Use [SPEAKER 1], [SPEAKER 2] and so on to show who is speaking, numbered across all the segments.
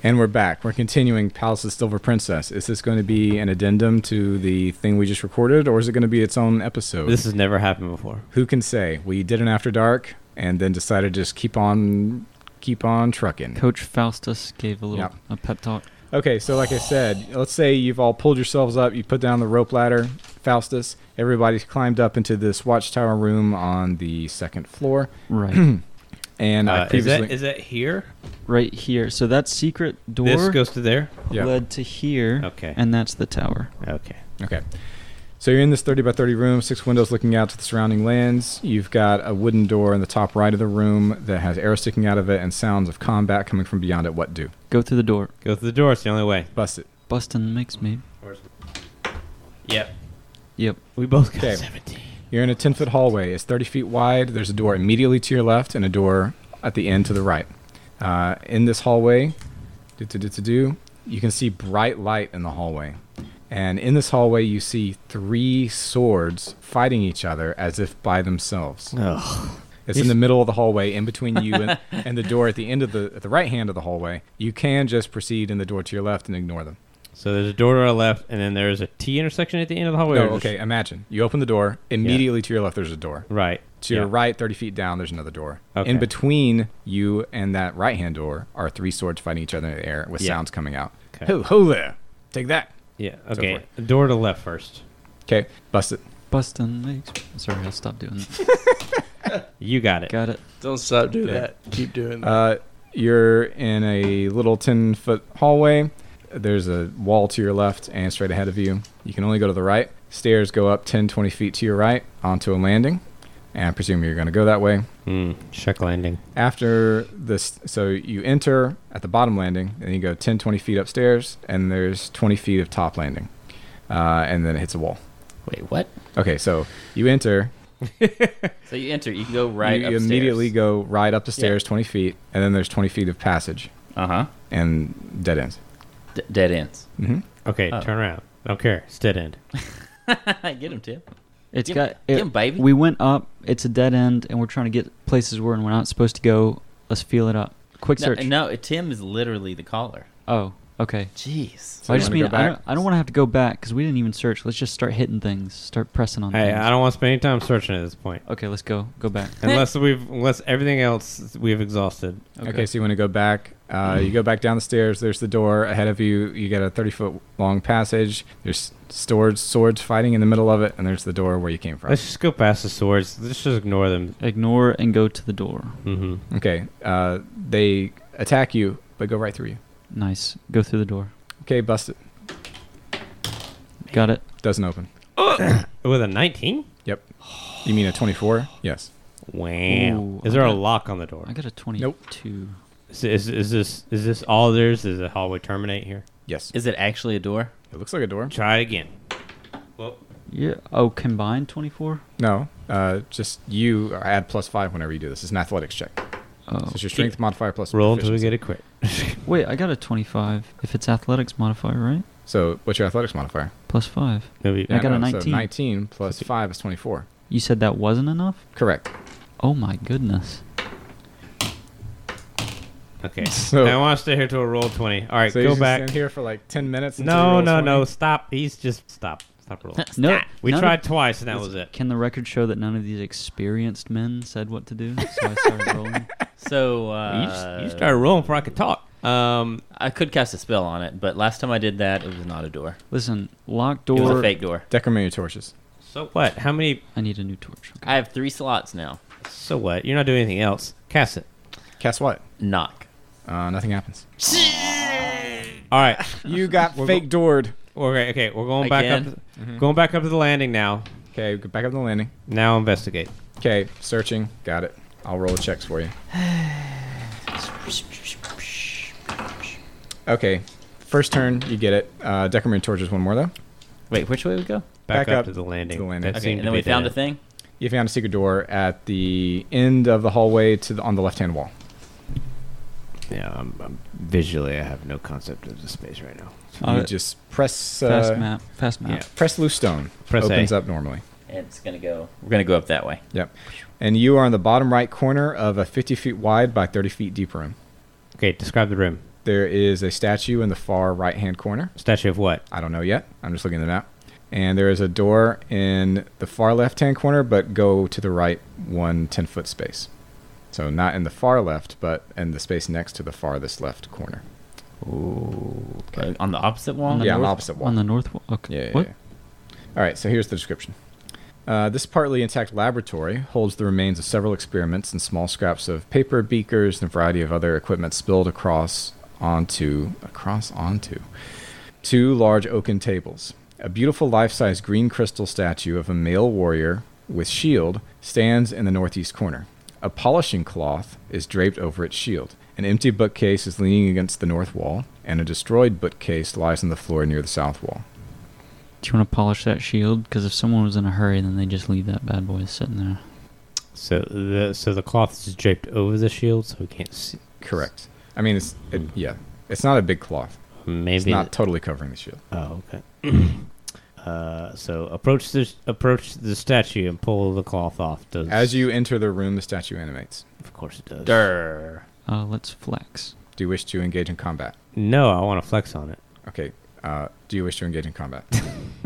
[SPEAKER 1] And we're back. We're continuing Palace of the Silver Princess. Is this going to be an addendum to the thing we just recorded, or is it going to be its own episode?
[SPEAKER 2] This has never happened before.
[SPEAKER 1] Who can say? We did an After Dark and then decided to just keep on keep on trucking.
[SPEAKER 3] Coach Faustus gave a little
[SPEAKER 1] Yep.
[SPEAKER 3] a pep talk.
[SPEAKER 1] Okay, so like I said, let's say you've all pulled yourselves up, you put down the rope ladder, Faustus, everybody's climbed up into this watchtower room on the second floor.
[SPEAKER 3] Right,
[SPEAKER 1] And
[SPEAKER 2] Uh,
[SPEAKER 1] I
[SPEAKER 2] is
[SPEAKER 1] previously
[SPEAKER 2] that is that here?
[SPEAKER 3] right here. So that secret door
[SPEAKER 2] This goes to there.
[SPEAKER 1] Yeah.
[SPEAKER 3] led to here,
[SPEAKER 2] Okay.
[SPEAKER 3] and that's the tower.
[SPEAKER 2] Okay.
[SPEAKER 1] Okay. So you're in this 30 by 30 room, six windows looking out to the surrounding lands. You've got a wooden door in the top right of the room that has arrows sticking out of it and sounds of combat coming from beyond it. What do?
[SPEAKER 3] Go through the door.
[SPEAKER 2] Go through the door. It's the only way.
[SPEAKER 1] Bust it.
[SPEAKER 3] Bustin makes me.
[SPEAKER 2] Yep.
[SPEAKER 3] Yep.
[SPEAKER 2] We both got
[SPEAKER 1] Okay.
[SPEAKER 2] 17.
[SPEAKER 1] You're in a 10 foot hallway. It's 30 feet wide. There's a door immediately to your left and a door at the end to the right. Uh, in this hallway, do, do, do, do, do, you can see bright light in the hallway. And in this hallway, you see three swords fighting each other as if by themselves. It's in the middle of the hallway, in between you and, and the door at the end of the at the right hand of the hallway. You can just proceed in the door to your left and ignore them.
[SPEAKER 2] So there's a door to our left, and then there's a T intersection at the end of the hallway.
[SPEAKER 1] No,
[SPEAKER 2] or just-
[SPEAKER 1] okay. Imagine you open the door immediately to your left. There's a door.
[SPEAKER 2] Right.
[SPEAKER 1] To your
[SPEAKER 2] Yeah.
[SPEAKER 1] right, thirty feet down, there's another door.
[SPEAKER 2] Okay.
[SPEAKER 1] In between you and that right hand door are three swords fighting each other in the air with
[SPEAKER 2] Yeah.
[SPEAKER 1] sounds coming out.
[SPEAKER 2] Okay.
[SPEAKER 1] Ho ho there! Take that.
[SPEAKER 2] Yeah.
[SPEAKER 1] So
[SPEAKER 2] Okay.
[SPEAKER 1] forth.
[SPEAKER 2] A door to the left first.
[SPEAKER 1] Okay, bust it.
[SPEAKER 3] Bustin makes. Me. Sorry, I'll stop doing that.
[SPEAKER 2] You got it.
[SPEAKER 3] Got it.
[SPEAKER 4] Don't stop doing
[SPEAKER 1] Yeah.
[SPEAKER 4] that. Keep doing that.
[SPEAKER 1] Uh, you're in a little 10 foot hallway. There's a wall to your left and straight ahead of you. You can only go to the right. Stairs go up 10, 20 feet to your right onto a landing. And I presume you're going to go that way.
[SPEAKER 2] Hmm. Shuck landing.
[SPEAKER 1] After this, so you enter at the bottom landing, and you go 10, 20 feet upstairs, and there's 20 feet of top landing. Uh, and then it hits a wall.
[SPEAKER 5] Wait, what?
[SPEAKER 1] Okay, so you enter,
[SPEAKER 5] So you enter, you can go right
[SPEAKER 1] you
[SPEAKER 5] upstairs.
[SPEAKER 1] immediately go right up the stairs 20 feet, and then there's 20 feet of passage
[SPEAKER 5] Uh huh.
[SPEAKER 1] and dead ends.
[SPEAKER 5] D- dead ends.
[SPEAKER 1] hmm
[SPEAKER 2] Okay.
[SPEAKER 5] Oh.
[SPEAKER 2] Turn around. I don't care. It's dead end.
[SPEAKER 5] Get him, Tim.
[SPEAKER 3] It's
[SPEAKER 5] Get-
[SPEAKER 3] got.
[SPEAKER 5] get
[SPEAKER 3] it-
[SPEAKER 5] 'em, baby.
[SPEAKER 3] We went up. It's a dead end, and we're trying to get places where we're not supposed to go. Let's feel it up. Quick
[SPEAKER 5] No,
[SPEAKER 3] search.
[SPEAKER 5] no, Tim is literally the caller.
[SPEAKER 3] Oh, okay.
[SPEAKER 5] Jeez.
[SPEAKER 1] So
[SPEAKER 3] I
[SPEAKER 1] you wanna
[SPEAKER 3] just
[SPEAKER 1] go
[SPEAKER 3] mean I
[SPEAKER 1] back?
[SPEAKER 3] don't, I don't want to have to go back because we didn't even search. Let's just start hitting things. Start pressing
[SPEAKER 1] Oh,
[SPEAKER 3] on
[SPEAKER 2] I,
[SPEAKER 3] things.
[SPEAKER 2] I don't want to spend any time searching at this point.
[SPEAKER 3] Okay, let's go. Go back.
[SPEAKER 2] Unless we've unless everything else we've exhausted.
[SPEAKER 1] Okay. so you want to go back. Uh, You go back down the stairs. There's the door ahead of you. You got a 30 foot long passage. There's swords, swords fighting in the middle of it, and there's the door where you came from.
[SPEAKER 2] Let's just go past the swords. Let's just ignore them.
[SPEAKER 3] Ignore and go to the door.
[SPEAKER 2] hmm
[SPEAKER 1] Okay, uh, they attack you, but go right through you.
[SPEAKER 3] Nice. Go through the door.
[SPEAKER 1] Okay, bust it.
[SPEAKER 3] Got it.
[SPEAKER 1] Doesn't open.
[SPEAKER 2] With a 19.
[SPEAKER 1] Yep. You mean a 24? Yes.
[SPEAKER 2] Wow.
[SPEAKER 3] Ooh,
[SPEAKER 2] is there
[SPEAKER 3] I
[SPEAKER 2] a
[SPEAKER 3] got-
[SPEAKER 2] lock on the door?
[SPEAKER 3] I got a 22.
[SPEAKER 2] Is, is, is this is this all there is? Does the hallway terminate here?
[SPEAKER 1] Yes.
[SPEAKER 5] Is it actually a door?
[SPEAKER 1] It looks like a door.
[SPEAKER 2] Try it again. Well,
[SPEAKER 3] Yeah. Oh, combined 24?
[SPEAKER 1] No, uh, just you add plus five whenever you do this. It's an athletics check.
[SPEAKER 3] Oh.
[SPEAKER 1] So it's your strength modifier plus
[SPEAKER 2] roll until we
[SPEAKER 1] proficiency.
[SPEAKER 2] get a crit.
[SPEAKER 3] Wait, I got a 25. If it's athletics modifier, right?
[SPEAKER 1] So what's your athletics modifier?
[SPEAKER 3] Plus 5.
[SPEAKER 2] Maybe-
[SPEAKER 3] I got a
[SPEAKER 1] no, so
[SPEAKER 3] 19.
[SPEAKER 1] 19 plus 5 is 24.
[SPEAKER 3] You said that wasn't enough?
[SPEAKER 1] Correct.
[SPEAKER 3] Oh my goodness.
[SPEAKER 2] Okay.
[SPEAKER 1] So-
[SPEAKER 2] I want to stay here till a roll 20. All right,
[SPEAKER 1] So you
[SPEAKER 2] go
[SPEAKER 1] just
[SPEAKER 2] back.
[SPEAKER 1] stand here for like ten minutes. until he
[SPEAKER 2] No,
[SPEAKER 1] rolls
[SPEAKER 2] no,
[SPEAKER 1] 20?
[SPEAKER 2] no. Stop. He's just stop. Stop rolling.
[SPEAKER 3] No.
[SPEAKER 2] We
[SPEAKER 3] none
[SPEAKER 2] tried
[SPEAKER 3] of-
[SPEAKER 2] twice and that was it.
[SPEAKER 3] Can the record show that none of these experienced men said what to do? So I started rolling.
[SPEAKER 5] So uh,
[SPEAKER 2] you, just, you started rolling before I could talk. Um,
[SPEAKER 5] I could cast a spell on it, but last time I did that, it was not a door.
[SPEAKER 3] Listen, locked
[SPEAKER 5] It was
[SPEAKER 3] door.
[SPEAKER 5] a fake door.
[SPEAKER 1] Decrement your torches.
[SPEAKER 2] so what? How many?
[SPEAKER 3] I need a new torch. Okay.
[SPEAKER 5] I have three slots now.
[SPEAKER 2] So what? You're not doing anything else. Cast it.
[SPEAKER 1] Cast what?
[SPEAKER 5] Knock.
[SPEAKER 1] Uh, nothing happens.
[SPEAKER 2] All right.
[SPEAKER 1] You got
[SPEAKER 2] We're
[SPEAKER 1] fake doored.
[SPEAKER 2] Okay, okay. We're going back up.
[SPEAKER 5] Again?
[SPEAKER 2] Going back up to the landing now.
[SPEAKER 1] Okay, go back up to the landing.
[SPEAKER 2] Now investigate.
[SPEAKER 1] Okay, searching. Got it. I'll roll checks for you. Okay, first turn you get it. Uh, decrement your torches one more though.
[SPEAKER 5] Wait, which way we go?
[SPEAKER 2] Back,
[SPEAKER 1] Back
[SPEAKER 2] up,
[SPEAKER 1] up
[SPEAKER 2] to the landing.
[SPEAKER 1] to the landing.
[SPEAKER 2] That
[SPEAKER 1] Okay,
[SPEAKER 5] Okay,
[SPEAKER 2] seemed to
[SPEAKER 5] and then
[SPEAKER 2] be
[SPEAKER 5] we
[SPEAKER 2] the
[SPEAKER 5] found a
[SPEAKER 2] end.
[SPEAKER 5] thing.
[SPEAKER 1] You found a secret door at the end of the hallway to the, on the left hand wall.
[SPEAKER 2] Yeah, I'm, I'm visually, I have no concept of the space right now.
[SPEAKER 1] you
[SPEAKER 3] Uh,
[SPEAKER 1] just press
[SPEAKER 3] Fast
[SPEAKER 1] uh,
[SPEAKER 3] map. Fast
[SPEAKER 2] yeah.
[SPEAKER 3] map.
[SPEAKER 1] press loose stone.
[SPEAKER 2] Press A.
[SPEAKER 1] opens up normally.
[SPEAKER 5] And it's gonna go. We're gonna go up that way.
[SPEAKER 1] Yep. And you are in the bottom right corner of a 50 feet wide by 30 feet deep room.
[SPEAKER 2] Okay, describe the room.
[SPEAKER 1] There is a statue in the far right hand corner.
[SPEAKER 2] Statue of what?
[SPEAKER 1] I don't know yet. I'm just looking at the map. And there is a door in the far left hand corner, but go to the right one 10 foot space. So not in the far left, but in the space next to the farthest left corner.
[SPEAKER 2] Ooh.
[SPEAKER 5] Uh, on the opposite
[SPEAKER 3] On
[SPEAKER 5] wall.
[SPEAKER 3] the
[SPEAKER 1] Yeah, I'm
[SPEAKER 3] north-
[SPEAKER 1] opposite wall.
[SPEAKER 3] On the north wall. Okay.
[SPEAKER 1] Yeah, yeah,
[SPEAKER 3] what?
[SPEAKER 1] yeah. All right, so here's the description. Uh, this partly intact laboratory holds the remains of several experiments and small scraps of paper, beakers, and a variety of other equipment spilled across onto across onto two large oaken tables. A beautiful life-size green crystal statue of a male warrior with shield stands in the northeast corner. A polishing cloth is draped over its shield. An empty bookcase is leaning against the north wall, and a destroyed bookcase lies on the floor near the south wall.
[SPEAKER 3] Do you want to polish that shield? Because if someone was in a hurry, then they just leave that bad boy sitting there.
[SPEAKER 2] So the so the cloth is draped over the shield, so we can't see.
[SPEAKER 1] Correct. I mean, it's it, yeah, it's not a big cloth.
[SPEAKER 2] Maybe
[SPEAKER 1] It's not totally covering the shield.
[SPEAKER 2] Oh, okay. uh, so approach the approach the statue and pull the cloth off. Does
[SPEAKER 1] As you enter the room, the statue animates.
[SPEAKER 2] of course it does.
[SPEAKER 5] Durr.
[SPEAKER 3] Uh, let's flex.
[SPEAKER 1] Do you wish to engage in combat?
[SPEAKER 2] No, I want to flex on it.
[SPEAKER 1] Okay. Uh, do you wish to engage in combat?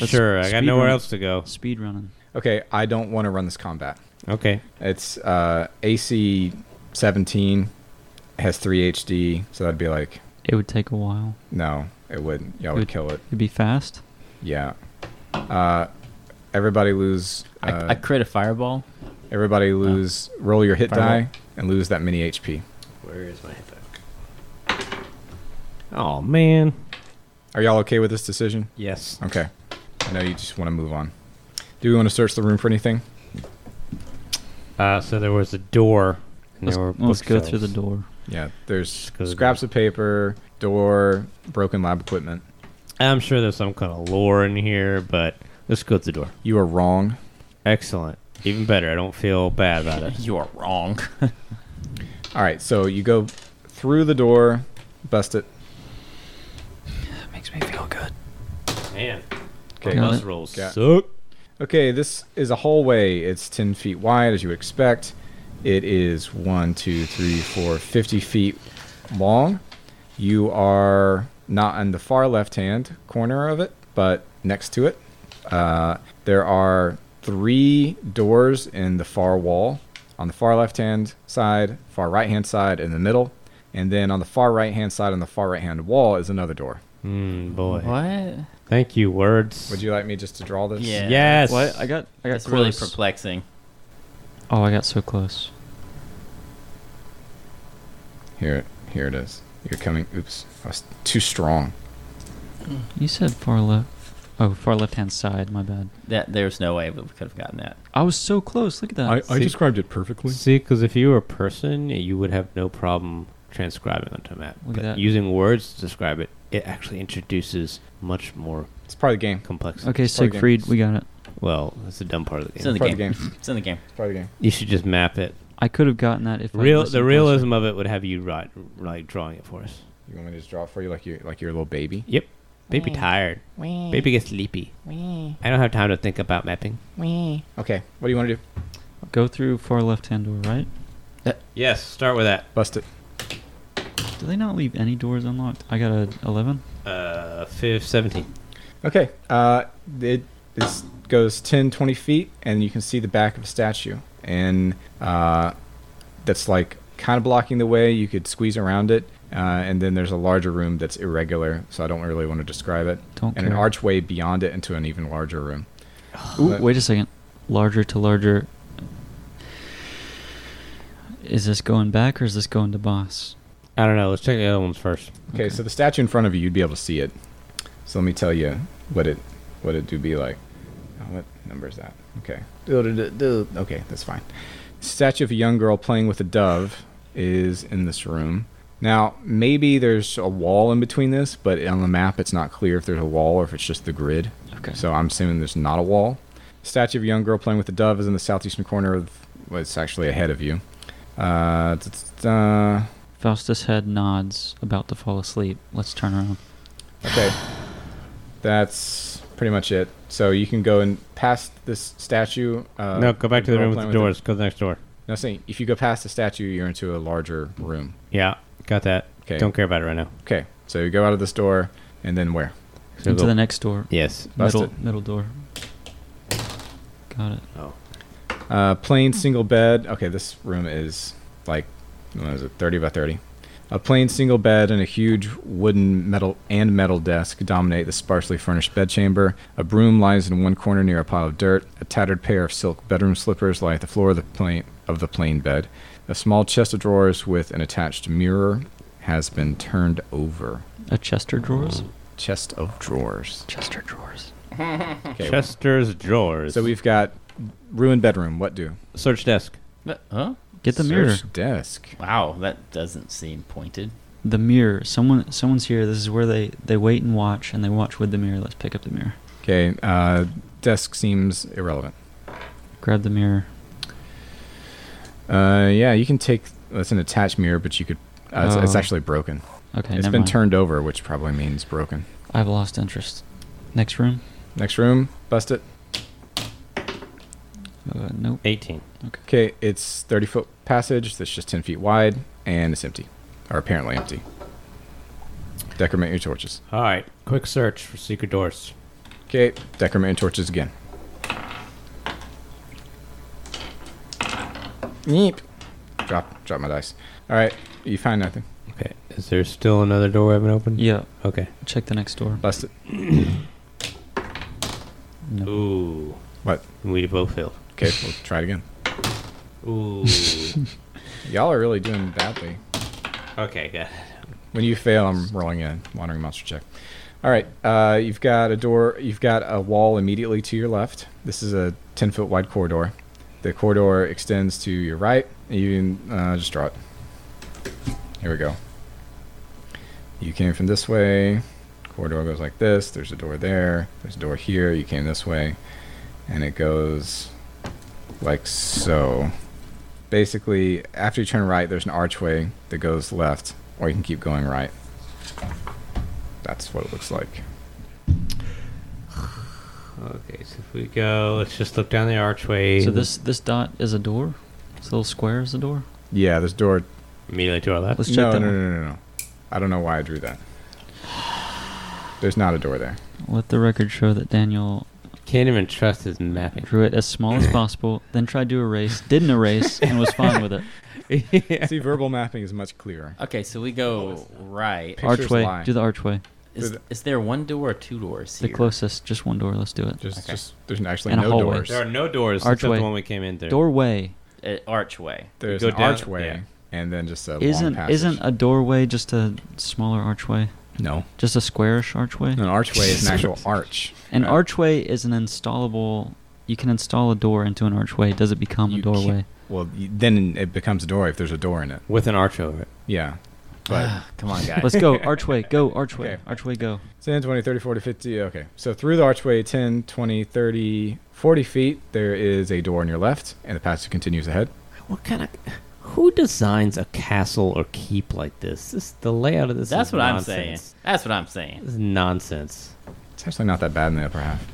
[SPEAKER 3] Let's
[SPEAKER 2] sure, I got
[SPEAKER 3] speed
[SPEAKER 2] nowhere
[SPEAKER 3] run.
[SPEAKER 2] else to go.
[SPEAKER 3] Speed running.
[SPEAKER 1] okay, I don't want to run this combat.
[SPEAKER 2] Okay,
[SPEAKER 1] It's uh, AC 17, has 3 HD, so that'd be like,
[SPEAKER 3] It would take a while.
[SPEAKER 1] no, it wouldn't. Y'all would
[SPEAKER 3] Good.
[SPEAKER 1] kill it.
[SPEAKER 3] It'd be fast.
[SPEAKER 1] Yeah. Uh, everybody lose.
[SPEAKER 5] I,
[SPEAKER 1] Uh,
[SPEAKER 5] I create a fireball.
[SPEAKER 1] everybody lose. roll your hit
[SPEAKER 2] Fireball.
[SPEAKER 1] die and lose that many HP.
[SPEAKER 2] where is my hit Oh man,
[SPEAKER 1] Are y'all okay with this decision?
[SPEAKER 2] yes.
[SPEAKER 1] Okay. I know you just want to move on. Do we want to search the room for anything?
[SPEAKER 2] Uh, so there was a door. and
[SPEAKER 3] Let's,
[SPEAKER 2] there were
[SPEAKER 3] let's go through the
[SPEAKER 2] bookshelves.
[SPEAKER 3] door.
[SPEAKER 1] Yeah, there's
[SPEAKER 2] Just go to the
[SPEAKER 1] scraps of paper, door, broken lab equipment.
[SPEAKER 2] I'm sure there's some kind of lore in here, but let's go through the door.
[SPEAKER 1] You are wrong.
[SPEAKER 2] Excellent, even better. I don't feel bad about it.
[SPEAKER 5] You are wrong.
[SPEAKER 1] All right, so you go through the door, bust it.
[SPEAKER 3] That makes me feel good.
[SPEAKER 2] Man,
[SPEAKER 1] Okay.
[SPEAKER 3] Got
[SPEAKER 2] those
[SPEAKER 3] it.
[SPEAKER 2] rolls
[SPEAKER 1] Got-
[SPEAKER 2] suck.
[SPEAKER 1] Okay, this is a hallway. It's 10 feet wide, as you would expect. It is 1, 2, 3, 4, 50 feet long. You are not on the far left hand corner of it, but next to it. Uh, there are three doors in the far wall on the far left hand side, far right hand side, in the middle. And then on the far right hand side, on the far right hand wall, is another door.
[SPEAKER 2] Mm, boy.
[SPEAKER 5] What?
[SPEAKER 2] Thank you, words.
[SPEAKER 1] Would you like me just to draw this?
[SPEAKER 5] Yeah.
[SPEAKER 2] Yes.
[SPEAKER 3] What? I got. I got
[SPEAKER 5] That's
[SPEAKER 3] close.
[SPEAKER 5] really perplexing.
[SPEAKER 3] oh, I got so close.
[SPEAKER 1] Here, here it is. You're coming. Oops, I was too strong.
[SPEAKER 3] You said far left. Oh, far left hand side. My bad.
[SPEAKER 5] That there's no way we could have gotten that.
[SPEAKER 3] I was so close. Look at that.
[SPEAKER 2] I See-
[SPEAKER 1] described it perfectly.
[SPEAKER 2] See, because if you were a person, you would have no problem transcribing onto a map.
[SPEAKER 3] Look
[SPEAKER 2] but
[SPEAKER 3] at that.
[SPEAKER 2] using words to describe it, it actually introduces much more
[SPEAKER 1] It's part of the game.
[SPEAKER 2] complexity.
[SPEAKER 3] okay,
[SPEAKER 1] Start game.
[SPEAKER 3] Siegfried, we got it.
[SPEAKER 2] Well, that's the dumb part of the
[SPEAKER 5] It's
[SPEAKER 2] game.
[SPEAKER 5] in the
[SPEAKER 1] Part
[SPEAKER 5] game.
[SPEAKER 1] of the game.
[SPEAKER 5] It's in the game.
[SPEAKER 1] It's part of the game.
[SPEAKER 2] You should just map it.
[SPEAKER 3] I could have gotten that if I
[SPEAKER 2] Real,
[SPEAKER 3] listened
[SPEAKER 2] the
[SPEAKER 3] closer.
[SPEAKER 2] realism of it would have you right, like drawing it for us.
[SPEAKER 1] You want me to just draw it for you, like you, like you're a little baby?
[SPEAKER 2] Yep. Baby tired. Baby gets sleepy. I don't have time to think about mapping.
[SPEAKER 1] Okay. What do you want to do?
[SPEAKER 3] Go through far left hand door, right?
[SPEAKER 2] Yes, start with that.
[SPEAKER 1] Bust it.
[SPEAKER 3] Do they not leave any doors unlocked? I got a eleven.
[SPEAKER 2] Uh, fifth, 17.
[SPEAKER 1] Okay. Uh, it this goes 10, 20 feet, and you can see the back of a statue, and uh, that's like kind of blocking the way. You could squeeze around it, uh, and then there's a larger room that's irregular. So I don't really want to describe it.
[SPEAKER 3] Don't
[SPEAKER 1] And
[SPEAKER 3] care.
[SPEAKER 1] an archway beyond it into an even larger room.
[SPEAKER 3] Ooh,
[SPEAKER 1] But-
[SPEAKER 3] wait a second. Larger to larger. Is this going back or is this going to boss?
[SPEAKER 2] I don't know. Let's check the other ones first.
[SPEAKER 1] Okay, so the statue in front of you, you'd be able to see it. So let me tell you what it what it do be like. Oh, what number is that? Okay. Okay, that's fine. Statue of a young girl playing with a dove is in this room. Now, maybe there's a wall in between this, but on the map it's not clear if there's a wall or if it's just the grid.
[SPEAKER 3] Okay.
[SPEAKER 1] So I'm assuming there's not a wall. Statue of a young girl playing with a dove is in the southeastern corner of well, it's actually ahead of you. Uh, t- t- t- uh,
[SPEAKER 3] Faustus head nods, about to fall asleep. Let's turn around.
[SPEAKER 1] Okay. That's pretty much it. So you can go and past this statue. Uh,
[SPEAKER 2] no, go back to the
[SPEAKER 1] girl
[SPEAKER 2] room with
[SPEAKER 1] playing
[SPEAKER 2] the
[SPEAKER 1] it.
[SPEAKER 2] doors. Go to the next door.
[SPEAKER 1] No, I'm saying if you go past the statue, you're into a larger room.
[SPEAKER 2] Yeah, got that.
[SPEAKER 1] Okay.
[SPEAKER 2] Don't care about it right now.
[SPEAKER 1] Okay. So you go out of this door, and then where?
[SPEAKER 2] So
[SPEAKER 3] Into
[SPEAKER 2] go-
[SPEAKER 3] the next door.
[SPEAKER 2] yes.
[SPEAKER 1] Bust
[SPEAKER 3] Middle, middle door. Got it.
[SPEAKER 1] Uh, plain single bed. Okay, this room is like what is it, 30 by 30. A plain single bed and a huge wooden metal and metal desk dominate the sparsely furnished bedchamber. A broom lies in one corner near a pile of dirt. A tattered pair of silk bedroom slippers lie at the floor of the plain of the plain bed. A small chest of drawers with an attached mirror has been turned over.
[SPEAKER 3] A Chester drawers.
[SPEAKER 1] Chest of drawers.
[SPEAKER 3] Chester drawers.
[SPEAKER 1] Okay.
[SPEAKER 2] Chester's drawers.
[SPEAKER 1] So we've got ruined bedroom. What do?
[SPEAKER 2] search desk.
[SPEAKER 5] But- Huh?
[SPEAKER 3] Get the
[SPEAKER 1] Search
[SPEAKER 3] mirror.
[SPEAKER 1] desk.
[SPEAKER 5] Wow, that doesn't seem pointed.
[SPEAKER 3] The mirror. Someone, someone's here. This is where they they wait and watch, and they watch with the mirror. Let's pick up the mirror.
[SPEAKER 1] Okay, uh, desk seems irrelevant.
[SPEAKER 3] Grab the mirror.
[SPEAKER 1] Uh, yeah, you can take. That's an attached mirror, but you could. Uh, it's, it's
[SPEAKER 3] Oh.
[SPEAKER 1] actually broken.
[SPEAKER 3] Okay,
[SPEAKER 1] it's
[SPEAKER 3] never
[SPEAKER 1] been
[SPEAKER 3] mind.
[SPEAKER 1] turned over, which probably means broken.
[SPEAKER 3] I've lost interest. Next room.
[SPEAKER 1] Next room, bust it.
[SPEAKER 3] Uh, nope.
[SPEAKER 2] 18.
[SPEAKER 1] Okay, it's 30 foot passage that's just 10 feet wide, and it's empty. Or apparently empty. Decrement your torches.
[SPEAKER 2] All right. Quick search for secret doors.
[SPEAKER 1] Okay, decrement your torches again. Yeep. Drop, drop my dice. All right, you find nothing.
[SPEAKER 2] Okay. Is there still another door we haven't
[SPEAKER 1] Mm-hmm.
[SPEAKER 2] opened?
[SPEAKER 3] Yeah.
[SPEAKER 2] Okay.
[SPEAKER 3] Check the next door.
[SPEAKER 1] Bust it.
[SPEAKER 3] No.
[SPEAKER 2] Ooh.
[SPEAKER 1] What?
[SPEAKER 2] We both failed.
[SPEAKER 1] Okay, we'll try it again.
[SPEAKER 2] Ooh.
[SPEAKER 1] Y'all are really doing badly.
[SPEAKER 2] okay, good.
[SPEAKER 1] When you fail, I'm rolling a wandering monster check. All right, uh, you've got a door. You've got a wall immediately to your left. This is a ten foot wide corridor. The corridor extends to your right. And you can uh, just draw it. Here we go. You came from this way. Corridor goes like this. There's a door there. There's a door here. You came this way, and it goes like so. Basically, after you turn right, there's an archway that goes left, or you can keep going right. That's what it looks like.
[SPEAKER 2] Okay, so if we go, let's just look down the archway.
[SPEAKER 3] So this this dot is a door. This little square is a door.
[SPEAKER 1] Yeah, this door.
[SPEAKER 2] immediately to our left.
[SPEAKER 3] Let's check
[SPEAKER 1] no,
[SPEAKER 3] that.
[SPEAKER 1] no, no,
[SPEAKER 3] one.
[SPEAKER 1] no, no, no. I don't know why I drew that. There's not a door there.
[SPEAKER 3] Let the record show that Daniel
[SPEAKER 2] Can't even trust his mapping.
[SPEAKER 3] drew it as small as possible, then tried to erase, didn't erase, and was fine with it.
[SPEAKER 1] See, verbal mapping is much clearer.
[SPEAKER 5] Okay, so we go right.
[SPEAKER 1] Pictures
[SPEAKER 3] archway.
[SPEAKER 1] lie.
[SPEAKER 3] Do the archway.
[SPEAKER 5] Is,
[SPEAKER 1] the-
[SPEAKER 5] is there one door or two doors
[SPEAKER 3] The
[SPEAKER 5] here?
[SPEAKER 3] closest, just one door. Let's do it.
[SPEAKER 1] Just,
[SPEAKER 5] Okay.
[SPEAKER 1] just there's actually
[SPEAKER 3] And a
[SPEAKER 1] no
[SPEAKER 3] hallway.
[SPEAKER 1] doors.
[SPEAKER 2] There are no doors except
[SPEAKER 3] Archway.
[SPEAKER 2] the one we came in through.
[SPEAKER 3] Doorway.
[SPEAKER 5] Uh, archway.
[SPEAKER 1] there's
[SPEAKER 2] go
[SPEAKER 1] an
[SPEAKER 2] down-
[SPEAKER 1] archway,
[SPEAKER 2] yeah.
[SPEAKER 1] and then just a long
[SPEAKER 3] Isn't
[SPEAKER 1] passage.
[SPEAKER 3] isn't a doorway just a smaller archway?
[SPEAKER 1] no
[SPEAKER 3] Just a squarish archway?
[SPEAKER 1] an archway is an actual arch.
[SPEAKER 3] An
[SPEAKER 1] Uh,
[SPEAKER 3] archway is an installable. You can install a door into an archway. Does it become
[SPEAKER 1] You
[SPEAKER 3] a doorway?
[SPEAKER 1] can't- Well, y- then it becomes a door if there's a door in it.
[SPEAKER 2] With an arch over it.
[SPEAKER 1] Yeah, but
[SPEAKER 5] Come on, guys.
[SPEAKER 3] Let's go. Archway. Go. Archway.
[SPEAKER 1] Okay.
[SPEAKER 3] Archway. Go.
[SPEAKER 1] 10, 20, 30, 40, 50. Okay. So through the archway, 10, 20, 30, 40 feet, there is a door on your left, and the passage continues ahead.
[SPEAKER 2] What kind of. Who designs a castle or keep like this? this the layout of this
[SPEAKER 5] That's
[SPEAKER 2] is
[SPEAKER 5] what I'm saying.
[SPEAKER 2] nonsense.
[SPEAKER 5] That's what I'm saying.
[SPEAKER 2] This is nonsense.
[SPEAKER 1] It's actually not that bad in the upper half.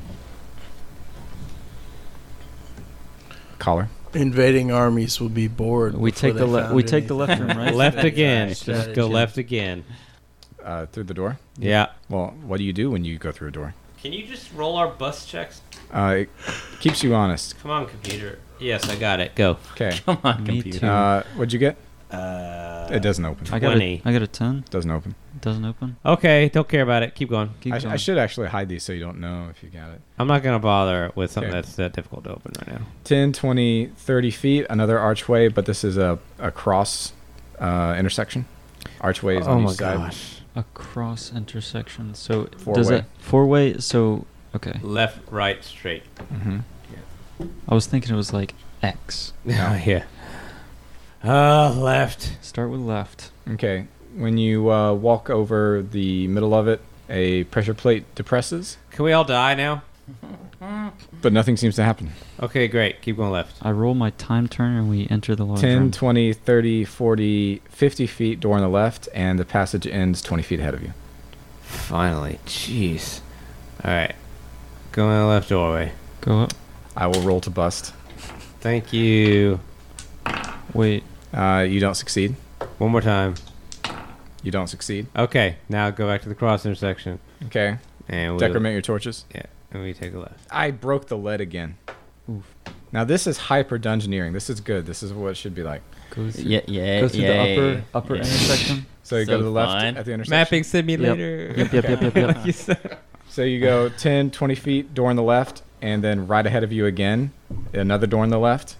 [SPEAKER 1] Collar.
[SPEAKER 4] Invading armies will be bored.
[SPEAKER 3] We
[SPEAKER 4] before
[SPEAKER 3] take
[SPEAKER 4] they
[SPEAKER 3] the le-
[SPEAKER 4] found
[SPEAKER 3] we take the
[SPEAKER 4] anything.
[SPEAKER 3] left room, right?
[SPEAKER 2] left again. Just
[SPEAKER 4] Strategy.
[SPEAKER 2] go left again.
[SPEAKER 1] Uh, through the door.
[SPEAKER 2] Yeah.
[SPEAKER 1] Well, what do you do when you go through a door?
[SPEAKER 2] Can you just roll our bus checks?
[SPEAKER 1] Uh, it keeps you honest.
[SPEAKER 2] Come on, computer. Yes, I got it. Go.
[SPEAKER 1] Okay.
[SPEAKER 5] Come on,
[SPEAKER 3] Me
[SPEAKER 5] computer.
[SPEAKER 3] too.
[SPEAKER 1] Uh, what'd you get?
[SPEAKER 2] Uh,
[SPEAKER 1] It doesn't open.
[SPEAKER 3] I got
[SPEAKER 2] 20.
[SPEAKER 3] a, I got a ten.
[SPEAKER 1] Doesn't open.
[SPEAKER 3] Doesn't open.
[SPEAKER 2] Okay, don't care about it. Keep going.
[SPEAKER 3] Keep
[SPEAKER 1] I, sh-
[SPEAKER 3] going.
[SPEAKER 1] I should actually hide these so you don't know if you got it.
[SPEAKER 2] I'm not gonna bother with something
[SPEAKER 1] Okay.
[SPEAKER 2] that's that difficult to open right now.
[SPEAKER 1] 10, 20, 30 feet, another archway, but this is a, a cross uh, intersection. Archways
[SPEAKER 2] Oh
[SPEAKER 1] on each side.
[SPEAKER 3] A cross intersection. So
[SPEAKER 1] Four
[SPEAKER 3] does
[SPEAKER 1] way.
[SPEAKER 3] it four way? So okay.
[SPEAKER 2] Left, right, straight.
[SPEAKER 1] Mm-hmm.
[SPEAKER 3] I was thinking it was like X.
[SPEAKER 1] No.
[SPEAKER 2] yeah. Uh, left.
[SPEAKER 3] Start with left.
[SPEAKER 1] Okay. When you uh, walk over the middle of it, a pressure plate depresses,
[SPEAKER 2] Can we all die now?
[SPEAKER 1] but nothing seems to happen.
[SPEAKER 2] Okay, great. Keep going left.
[SPEAKER 3] I roll my time turn and we enter the large
[SPEAKER 1] 10,
[SPEAKER 3] room.
[SPEAKER 1] 20, 30, 40, 50 feet door on the left, and the passage ends 20 feet ahead of you.
[SPEAKER 2] Finally, jeez. All right, go in the left doorway.
[SPEAKER 3] Go up.
[SPEAKER 1] I will roll to bust.
[SPEAKER 2] Thank you.
[SPEAKER 3] Wait.
[SPEAKER 1] Uh, you don't succeed.
[SPEAKER 2] One more time.
[SPEAKER 1] You don't succeed.
[SPEAKER 2] Okay, now go back to the cross intersection,
[SPEAKER 1] Okay.
[SPEAKER 2] and we'll,
[SPEAKER 1] Decrement your torches.
[SPEAKER 2] and we take a left.
[SPEAKER 1] I broke the lead again. Now this is hyper dungeoneering. This is good. This is what it should be like.
[SPEAKER 3] Go through,
[SPEAKER 5] Yeah, yeah,
[SPEAKER 3] go through
[SPEAKER 5] yeah,
[SPEAKER 3] the upper
[SPEAKER 5] yeah,
[SPEAKER 3] upper
[SPEAKER 5] yeah.
[SPEAKER 3] intersection.
[SPEAKER 1] So you
[SPEAKER 5] So
[SPEAKER 1] go to the left
[SPEAKER 5] fine.
[SPEAKER 1] at the intersection.
[SPEAKER 2] Mapping simulator.
[SPEAKER 3] Yep, yep, yep, yep, yep.
[SPEAKER 2] Like you said.
[SPEAKER 1] So you go 10, 20 feet, door on the left, and then right ahead of you again, another door on the left,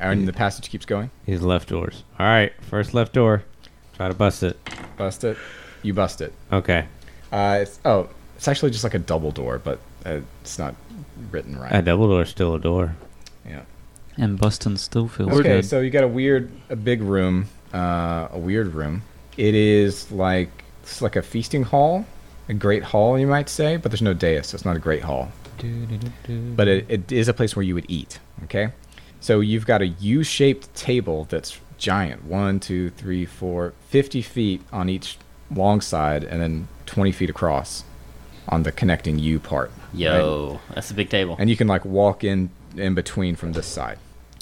[SPEAKER 1] and the passage keeps going.
[SPEAKER 2] His left doors. All right, first left door. Try to bust it.
[SPEAKER 1] Bust it. You bust it.
[SPEAKER 2] Okay,
[SPEAKER 1] Uh, it's, oh, it's actually just like a double door, but uh, it's not written right.
[SPEAKER 2] a double door's still a door.
[SPEAKER 1] yeah.
[SPEAKER 3] And Buston still feels
[SPEAKER 1] Okay,
[SPEAKER 3] good.
[SPEAKER 1] so you got a weird, a big room, uh, a weird room. It is like it's like a feasting hall, a great hall, you might say, but there's no dais, so it's not a great hall. But it, it is a place where you would eat. Okay, so you've got a U-shaped table that's giant, one, two, three, four, 50 feet on each long side, and then 20 feet across on the connecting U part. right?
[SPEAKER 5] Yo, that's a big table.
[SPEAKER 1] and you can like walk in in between from this side.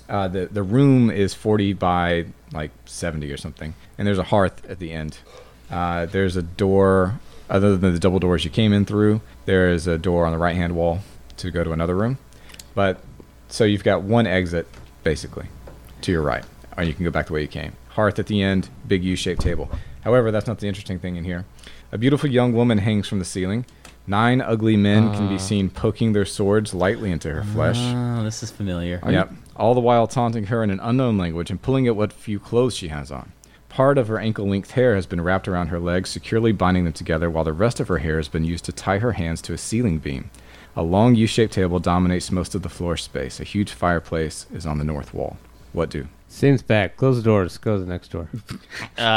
[SPEAKER 1] Uh, the the room is forty by like seventy or something, and there's a hearth at the end. Uh, there's a door other than the double doors you came in through. There is a door on the right hand wall to go to another room, but so you've got one exit basically to your right, or you can go back the way you came. Hearth at the end, big U-shaped table. However, that's not the interesting thing in here. A beautiful young woman hangs from the ceiling. Nine ugly men can be
[SPEAKER 3] Ah.
[SPEAKER 1] seen poking their swords lightly into her flesh.
[SPEAKER 5] Oh, this is familiar.
[SPEAKER 3] Are you-
[SPEAKER 1] yep. All the while taunting her in an unknown language and pulling at what few clothes she has on. Part of her ankle length hair has been wrapped around her legs, securely binding them together, while the rest of her hair has been used to tie her hands to a ceiling beam. A long U shaped table dominates most of the floor space. A huge fireplace is on the north wall. What do?
[SPEAKER 2] Sin's back. Close the doors. Go to the next door.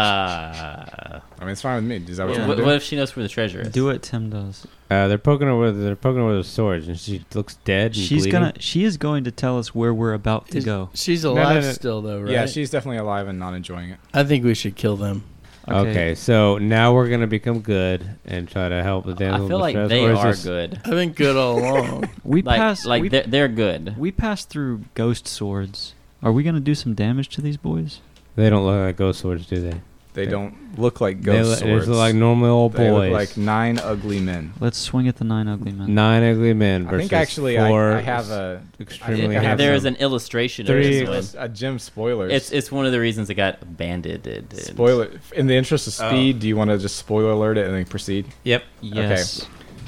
[SPEAKER 5] Uh,
[SPEAKER 1] I mean, it's fine with me. Is that what you
[SPEAKER 5] what,
[SPEAKER 1] want to do?
[SPEAKER 5] what if she knows where the treasure is?
[SPEAKER 3] Do what Tim does.
[SPEAKER 2] Uh, they're poking her with they're poking her with swords, and she looks dead. And
[SPEAKER 3] She's
[SPEAKER 2] bleeding.
[SPEAKER 3] gonna. She is going to tell us where we're about to
[SPEAKER 4] Is-
[SPEAKER 3] go.
[SPEAKER 4] She's
[SPEAKER 1] no,
[SPEAKER 4] alive
[SPEAKER 1] no.
[SPEAKER 4] still, though, right?
[SPEAKER 1] Yeah, she's definitely alive and not enjoying it.
[SPEAKER 4] I think we should kill them.
[SPEAKER 2] Okay. so now we're gonna become good and try to help the
[SPEAKER 5] I
[SPEAKER 2] damsel. in
[SPEAKER 5] feel like
[SPEAKER 2] distress,
[SPEAKER 5] they
[SPEAKER 2] or is
[SPEAKER 5] are
[SPEAKER 2] this-
[SPEAKER 5] good.
[SPEAKER 4] I've been good all along.
[SPEAKER 3] We
[SPEAKER 5] like,
[SPEAKER 3] passed.
[SPEAKER 5] like
[SPEAKER 3] we,
[SPEAKER 5] they're, they're good.
[SPEAKER 3] we passed through ghost swords. Are we gonna do some damage to these boys?
[SPEAKER 2] They don't look like ghost swords, do they?
[SPEAKER 1] They
[SPEAKER 2] Okay.
[SPEAKER 1] don't look like
[SPEAKER 2] They
[SPEAKER 1] ghost
[SPEAKER 2] look- they
[SPEAKER 1] swords.
[SPEAKER 2] look like normal old
[SPEAKER 1] They look
[SPEAKER 2] boys.
[SPEAKER 1] like nine ugly men.
[SPEAKER 3] Let's swing at the nine ugly men.
[SPEAKER 2] Nine ugly men
[SPEAKER 1] I
[SPEAKER 2] versus
[SPEAKER 1] think actually
[SPEAKER 2] four
[SPEAKER 1] I, I have a
[SPEAKER 2] extremely
[SPEAKER 1] I
[SPEAKER 5] There-
[SPEAKER 1] have
[SPEAKER 5] there is
[SPEAKER 2] handsome.
[SPEAKER 5] an illustration
[SPEAKER 2] Three-
[SPEAKER 5] of
[SPEAKER 1] a,
[SPEAKER 5] this one.
[SPEAKER 1] a gem spoilers.
[SPEAKER 5] It's it's one of the reasons it got abandoned.
[SPEAKER 1] Spoiler. In the interest of
[SPEAKER 2] Oh.
[SPEAKER 1] speed, do you want to just spoiler alert it and then proceed?
[SPEAKER 2] Yep.
[SPEAKER 3] Yes.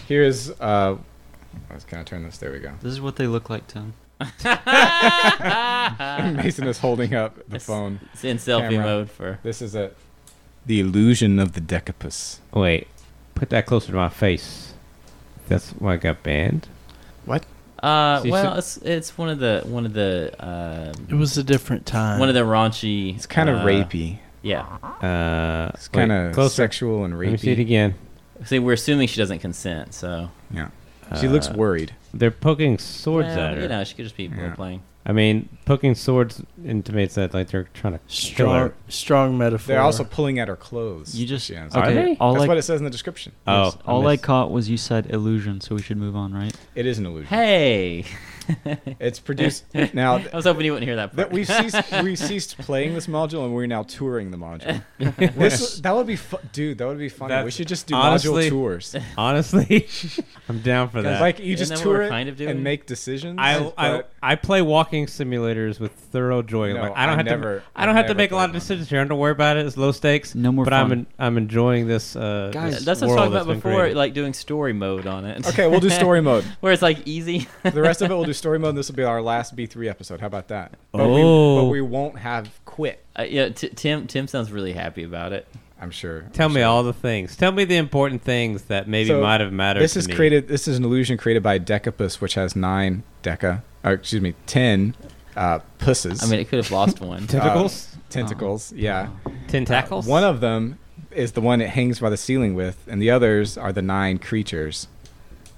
[SPEAKER 1] Here's. Uh, let's kind of turn this. There we go.
[SPEAKER 3] This is what they look like, Tim.
[SPEAKER 1] Mason is holding up the
[SPEAKER 5] Yes.
[SPEAKER 1] phone.
[SPEAKER 5] It's in selfie
[SPEAKER 1] Camera.
[SPEAKER 5] mode for.
[SPEAKER 1] This is it. The illusion of the Decapus.
[SPEAKER 2] Wait. Put that closer to my face. That's why I got banned.
[SPEAKER 5] Uh,
[SPEAKER 2] So you
[SPEAKER 5] well, it's it's one of the one of the um
[SPEAKER 4] It was a different time.
[SPEAKER 5] one of the raunchy.
[SPEAKER 1] It's kind of
[SPEAKER 5] uh,
[SPEAKER 1] rapey.
[SPEAKER 5] Yeah.
[SPEAKER 2] Uh,
[SPEAKER 1] It's
[SPEAKER 2] wait,
[SPEAKER 1] kind of
[SPEAKER 2] closer.
[SPEAKER 1] sexual and
[SPEAKER 2] Let me see it
[SPEAKER 1] rapey.
[SPEAKER 2] again.
[SPEAKER 5] See, we're assuming she doesn't consent, so
[SPEAKER 1] Yeah. She looks
[SPEAKER 2] Uh,
[SPEAKER 1] worried.
[SPEAKER 2] They're poking swords
[SPEAKER 5] Well,
[SPEAKER 2] at her.
[SPEAKER 5] You know, she could just be role
[SPEAKER 1] Yeah.
[SPEAKER 5] playing.
[SPEAKER 2] I mean, poking swords intimates that like they're trying to kill
[SPEAKER 4] strong,
[SPEAKER 2] her.
[SPEAKER 4] strong mmetaphor.
[SPEAKER 1] They're also pulling at her clothes.
[SPEAKER 3] You just-
[SPEAKER 1] She has.
[SPEAKER 2] Are
[SPEAKER 3] okay.
[SPEAKER 2] they?
[SPEAKER 3] All
[SPEAKER 1] That's
[SPEAKER 3] I
[SPEAKER 1] what it says in the description.
[SPEAKER 2] Oh,
[SPEAKER 3] yes, all
[SPEAKER 2] I
[SPEAKER 3] I
[SPEAKER 2] missed.
[SPEAKER 3] caught was you said illusion, so we should move on, right?
[SPEAKER 1] It is an illusion.
[SPEAKER 5] Hey,
[SPEAKER 1] It's produced now.
[SPEAKER 5] I was hoping you wouldn't hear that.
[SPEAKER 1] That
[SPEAKER 5] Part.
[SPEAKER 1] we've ceased, we ceased playing this module and we're now touring the module. This, that would be, fu- dude. That would be funny. we
[SPEAKER 2] That's-
[SPEAKER 1] should just do module
[SPEAKER 2] honestly-
[SPEAKER 1] tours.
[SPEAKER 2] Honestly, I'm down for that.
[SPEAKER 1] Like you
[SPEAKER 5] Isn't
[SPEAKER 1] just
[SPEAKER 5] that what
[SPEAKER 1] tour
[SPEAKER 5] we're
[SPEAKER 1] it
[SPEAKER 5] kind of doing?
[SPEAKER 1] and make decisions.
[SPEAKER 2] I, I,
[SPEAKER 1] but
[SPEAKER 2] I play walking simulators with thorough joy.
[SPEAKER 1] No,
[SPEAKER 2] like, I don't
[SPEAKER 1] I
[SPEAKER 2] have
[SPEAKER 1] never-
[SPEAKER 2] to. I don't
[SPEAKER 1] I
[SPEAKER 2] have to
[SPEAKER 1] never
[SPEAKER 2] make a
[SPEAKER 1] played
[SPEAKER 2] lot of
[SPEAKER 1] one.
[SPEAKER 2] decisions here. I don't worry about it. It's low stakes.
[SPEAKER 3] No more
[SPEAKER 2] but
[SPEAKER 3] fun.
[SPEAKER 2] I'm en- I'm enjoying this. Uh,
[SPEAKER 3] Guys,
[SPEAKER 2] this
[SPEAKER 5] that's what I
[SPEAKER 2] world
[SPEAKER 5] was talking
[SPEAKER 2] that's
[SPEAKER 5] about
[SPEAKER 2] been
[SPEAKER 5] before,
[SPEAKER 2] created.
[SPEAKER 5] like doing story mode on it.
[SPEAKER 1] okay, we'll do story mode.
[SPEAKER 5] where it's like easy.
[SPEAKER 1] The rest of it we'll do story mode. and This will be our last B3 episode. How about that? But, we,
[SPEAKER 2] Oh.
[SPEAKER 1] but we won't have quit.
[SPEAKER 5] Uh, yeah, t- Tim Tim sounds really happy about it.
[SPEAKER 1] I'm sure.
[SPEAKER 2] Tell
[SPEAKER 1] I'm
[SPEAKER 2] me
[SPEAKER 1] sure.
[SPEAKER 2] all the things. Tell me the important things that maybe
[SPEAKER 1] So,
[SPEAKER 2] might have mattered.
[SPEAKER 1] This
[SPEAKER 2] to
[SPEAKER 1] is
[SPEAKER 2] me.
[SPEAKER 1] created. This is an illusion created by Decapus, which has nine deca. Or excuse me, ten uh, pusses.
[SPEAKER 5] I mean, oh. it could have lost one.
[SPEAKER 2] tentacles,
[SPEAKER 1] tentacles. Yeah.
[SPEAKER 2] Uh, tentacles.
[SPEAKER 1] One of them is the one it hangs by the ceiling with, and the others are the nine creatures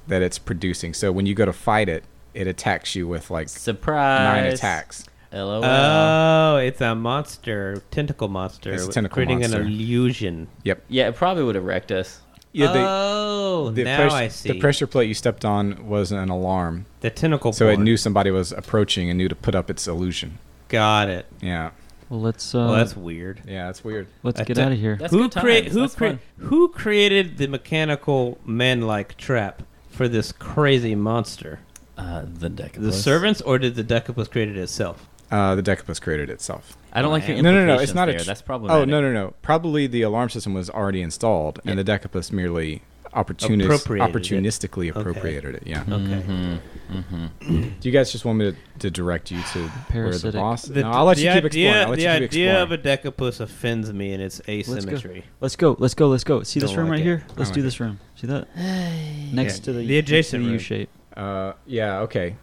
[SPEAKER 1] that it's producing. So when you go to fight it, it attacks you with like
[SPEAKER 5] Surprise!
[SPEAKER 1] nine attacks. Uh,
[SPEAKER 5] LOL.
[SPEAKER 2] Oh, it's a monster, tentacle monster,
[SPEAKER 1] It's a tentacle
[SPEAKER 2] creating
[SPEAKER 1] monster.
[SPEAKER 2] an illusion.
[SPEAKER 5] yeah, it probably would have wrecked us.
[SPEAKER 1] Yeah, the,
[SPEAKER 2] oh,
[SPEAKER 1] the
[SPEAKER 2] now
[SPEAKER 1] press-
[SPEAKER 2] I see. Oh,
[SPEAKER 1] the pressure plate you stepped on was an alarm,
[SPEAKER 2] The tentacle.
[SPEAKER 1] so it
[SPEAKER 2] porn.
[SPEAKER 1] knew somebody was approaching and knew to put up its illusion.
[SPEAKER 2] Got it.
[SPEAKER 1] Yeah,
[SPEAKER 3] Well, let's uh,
[SPEAKER 2] well, that's weird.
[SPEAKER 1] Yeah, Oh, that's weird.
[SPEAKER 3] let's
[SPEAKER 2] I
[SPEAKER 3] get
[SPEAKER 2] te-
[SPEAKER 3] out of here.
[SPEAKER 5] That's
[SPEAKER 2] Um, who
[SPEAKER 5] good times.
[SPEAKER 2] crea- who
[SPEAKER 5] That's
[SPEAKER 2] crea-
[SPEAKER 5] fun.
[SPEAKER 2] who created the mechanical man-like trap for this crazy monster?
[SPEAKER 5] Uh, the deck.
[SPEAKER 2] The servants, or did the Decapus create it itself?
[SPEAKER 1] Uh, the Decapus created itself.
[SPEAKER 5] I don't like your
[SPEAKER 1] No, no, no, it's
[SPEAKER 5] implications
[SPEAKER 1] not a
[SPEAKER 5] there.
[SPEAKER 1] tr-
[SPEAKER 5] That's problematic.
[SPEAKER 1] Oh no no no! Probably the alarm system was already installed, and the Decapus merely opportunist,
[SPEAKER 2] Appropriated it.
[SPEAKER 1] opportunistically
[SPEAKER 2] Okay.
[SPEAKER 1] appropriated it. Yeah.
[SPEAKER 2] Okay.
[SPEAKER 1] Mm-hmm. Do you guys just want me to, to direct you to where
[SPEAKER 3] Parasitic.
[SPEAKER 1] the boss? no, I'll let
[SPEAKER 2] the
[SPEAKER 1] you keep
[SPEAKER 2] idea,
[SPEAKER 1] exploring. I'll let
[SPEAKER 2] the
[SPEAKER 1] you keep exploring.
[SPEAKER 2] idea of a Decapus offends me in its asymmetry.
[SPEAKER 3] Let's go. Let's go. Let's go. See this
[SPEAKER 2] Don't
[SPEAKER 3] room
[SPEAKER 2] like
[SPEAKER 3] right
[SPEAKER 2] it.
[SPEAKER 3] here.
[SPEAKER 1] I
[SPEAKER 3] Let's
[SPEAKER 1] like
[SPEAKER 3] do
[SPEAKER 1] it.
[SPEAKER 3] this room. See that? Next
[SPEAKER 2] Yeah,
[SPEAKER 3] to the,
[SPEAKER 2] the
[SPEAKER 3] next to
[SPEAKER 2] adjacent room.
[SPEAKER 3] U shape.
[SPEAKER 1] Uh, yeah. Okay.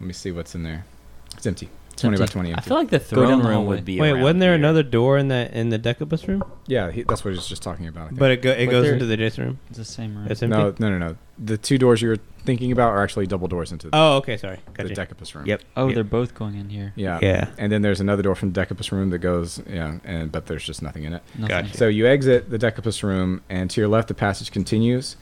[SPEAKER 1] Let me see what's in there. It's empty.
[SPEAKER 3] It's
[SPEAKER 1] Twenty by
[SPEAKER 3] empty.
[SPEAKER 1] twenty
[SPEAKER 5] I
[SPEAKER 1] empty.
[SPEAKER 5] feel like the
[SPEAKER 3] Go down
[SPEAKER 5] throne
[SPEAKER 3] the
[SPEAKER 5] room
[SPEAKER 3] hallway.
[SPEAKER 5] would be.
[SPEAKER 2] Wait,
[SPEAKER 5] around
[SPEAKER 2] wasn't there
[SPEAKER 5] here.
[SPEAKER 2] another door in the in the Decapus room?
[SPEAKER 1] yeah, he, that's what he was just talking about. I think.
[SPEAKER 2] But it, go, it
[SPEAKER 3] But
[SPEAKER 2] goes
[SPEAKER 3] there-
[SPEAKER 2] into the adjacent room.
[SPEAKER 3] It's the same room.
[SPEAKER 2] It's empty.
[SPEAKER 1] Mm-hmm. no, no, no, no. The two doors you were thinking about are actually double doors into the,
[SPEAKER 2] Oh, okay. Sorry.
[SPEAKER 1] the
[SPEAKER 2] Gotcha.
[SPEAKER 1] Decapus room.
[SPEAKER 2] Yep.
[SPEAKER 3] Oh,
[SPEAKER 2] yep.
[SPEAKER 3] they're both going in here.
[SPEAKER 1] Yeah.
[SPEAKER 2] Yeah.
[SPEAKER 1] And then there's another door from the Decapus room that goes, yeah, and but there's just nothing in it.
[SPEAKER 3] Nothing.
[SPEAKER 2] Gotcha.
[SPEAKER 1] So you exit the Decapus room, and to your left, the passage continues.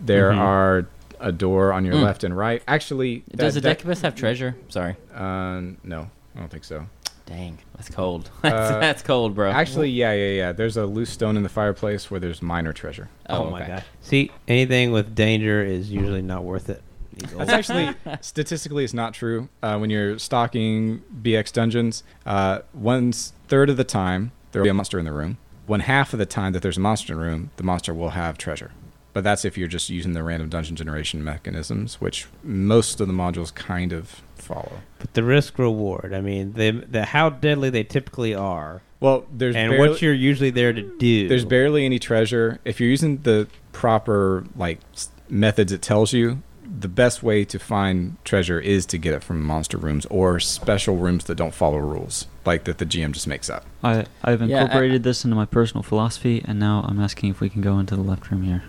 [SPEAKER 1] There
[SPEAKER 2] Mhm.
[SPEAKER 1] are a door on your
[SPEAKER 5] Mm.
[SPEAKER 1] left and right. Actually,
[SPEAKER 5] Does the
[SPEAKER 1] that
[SPEAKER 5] Decubus have treasure? Sorry.
[SPEAKER 1] Dec- uh, no, I don't think so.
[SPEAKER 5] Dang, that's cold. that's,
[SPEAKER 1] Uh,
[SPEAKER 5] that's cold, bro.
[SPEAKER 1] Actually, yeah, yeah, yeah. There's a loose stone in the fireplace where there's minor treasure.
[SPEAKER 2] Oh,
[SPEAKER 5] Oh,
[SPEAKER 2] my
[SPEAKER 5] okay.
[SPEAKER 2] god. See, anything with danger is usually not worth it. These old-
[SPEAKER 1] That's actually statistically, it's not true. Uh, when you're stalking BX dungeons, uh, one s- third of the time there will be a monster in the room. One half of the time that there's a monster in the room, the monster will have treasure. But that's if you're just using the random dungeon generation mechanisms, which most of the modules kind of follow.
[SPEAKER 2] but the risk reward. I mean, the the how deadly they typically are,
[SPEAKER 1] Well, there's
[SPEAKER 2] and
[SPEAKER 1] barely,
[SPEAKER 2] what you're usually there to do.
[SPEAKER 1] there's barely any treasure. If you're using the proper like s- methods, it tells you the best way to find treasure is to get it from monster rooms or special rooms that don't follow rules, like that the GM just makes up.
[SPEAKER 3] I, I've
[SPEAKER 5] Yeah, I-
[SPEAKER 3] incorporated this into my personal philosophy, and now I'm asking if we can go into the left room here.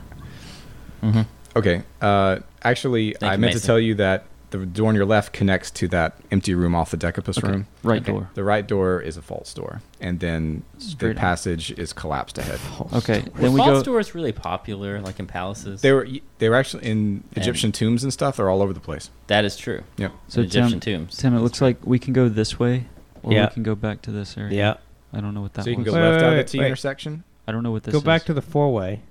[SPEAKER 1] Mm-hmm.
[SPEAKER 5] hmm
[SPEAKER 1] Okay. Uh, actually,
[SPEAKER 5] Thank
[SPEAKER 1] I
[SPEAKER 5] you,
[SPEAKER 1] meant to
[SPEAKER 5] Mason.
[SPEAKER 1] tell you that the door on your left connects to that empty room off the Decapus
[SPEAKER 3] Okay,
[SPEAKER 1] room.
[SPEAKER 3] Right
[SPEAKER 5] Okay.
[SPEAKER 3] door.
[SPEAKER 1] The right door is a false door, and then
[SPEAKER 3] Straight
[SPEAKER 1] the
[SPEAKER 3] up.
[SPEAKER 1] passage is collapsed ahead.
[SPEAKER 3] Okay.
[SPEAKER 5] Were
[SPEAKER 3] Then we
[SPEAKER 5] false
[SPEAKER 3] go.
[SPEAKER 5] doors really popular, like in palaces?
[SPEAKER 1] They were they were actually in Egyptian tombs and stuff. They're all over the place.
[SPEAKER 5] that is true.
[SPEAKER 1] Yep.
[SPEAKER 3] So
[SPEAKER 5] in Egyptian
[SPEAKER 3] Tim,
[SPEAKER 5] tombs.
[SPEAKER 3] Tim, it looks like we can go this way, or
[SPEAKER 2] Yeah.
[SPEAKER 3] we can go back to this area.
[SPEAKER 2] yeah.
[SPEAKER 3] I don't know what that
[SPEAKER 1] so you can
[SPEAKER 3] was.
[SPEAKER 1] go
[SPEAKER 2] Wait,
[SPEAKER 1] left out of the
[SPEAKER 2] wait,
[SPEAKER 1] T
[SPEAKER 2] wait.
[SPEAKER 1] intersection.
[SPEAKER 3] I don't know what this
[SPEAKER 2] Go
[SPEAKER 3] is.
[SPEAKER 2] back to the four way.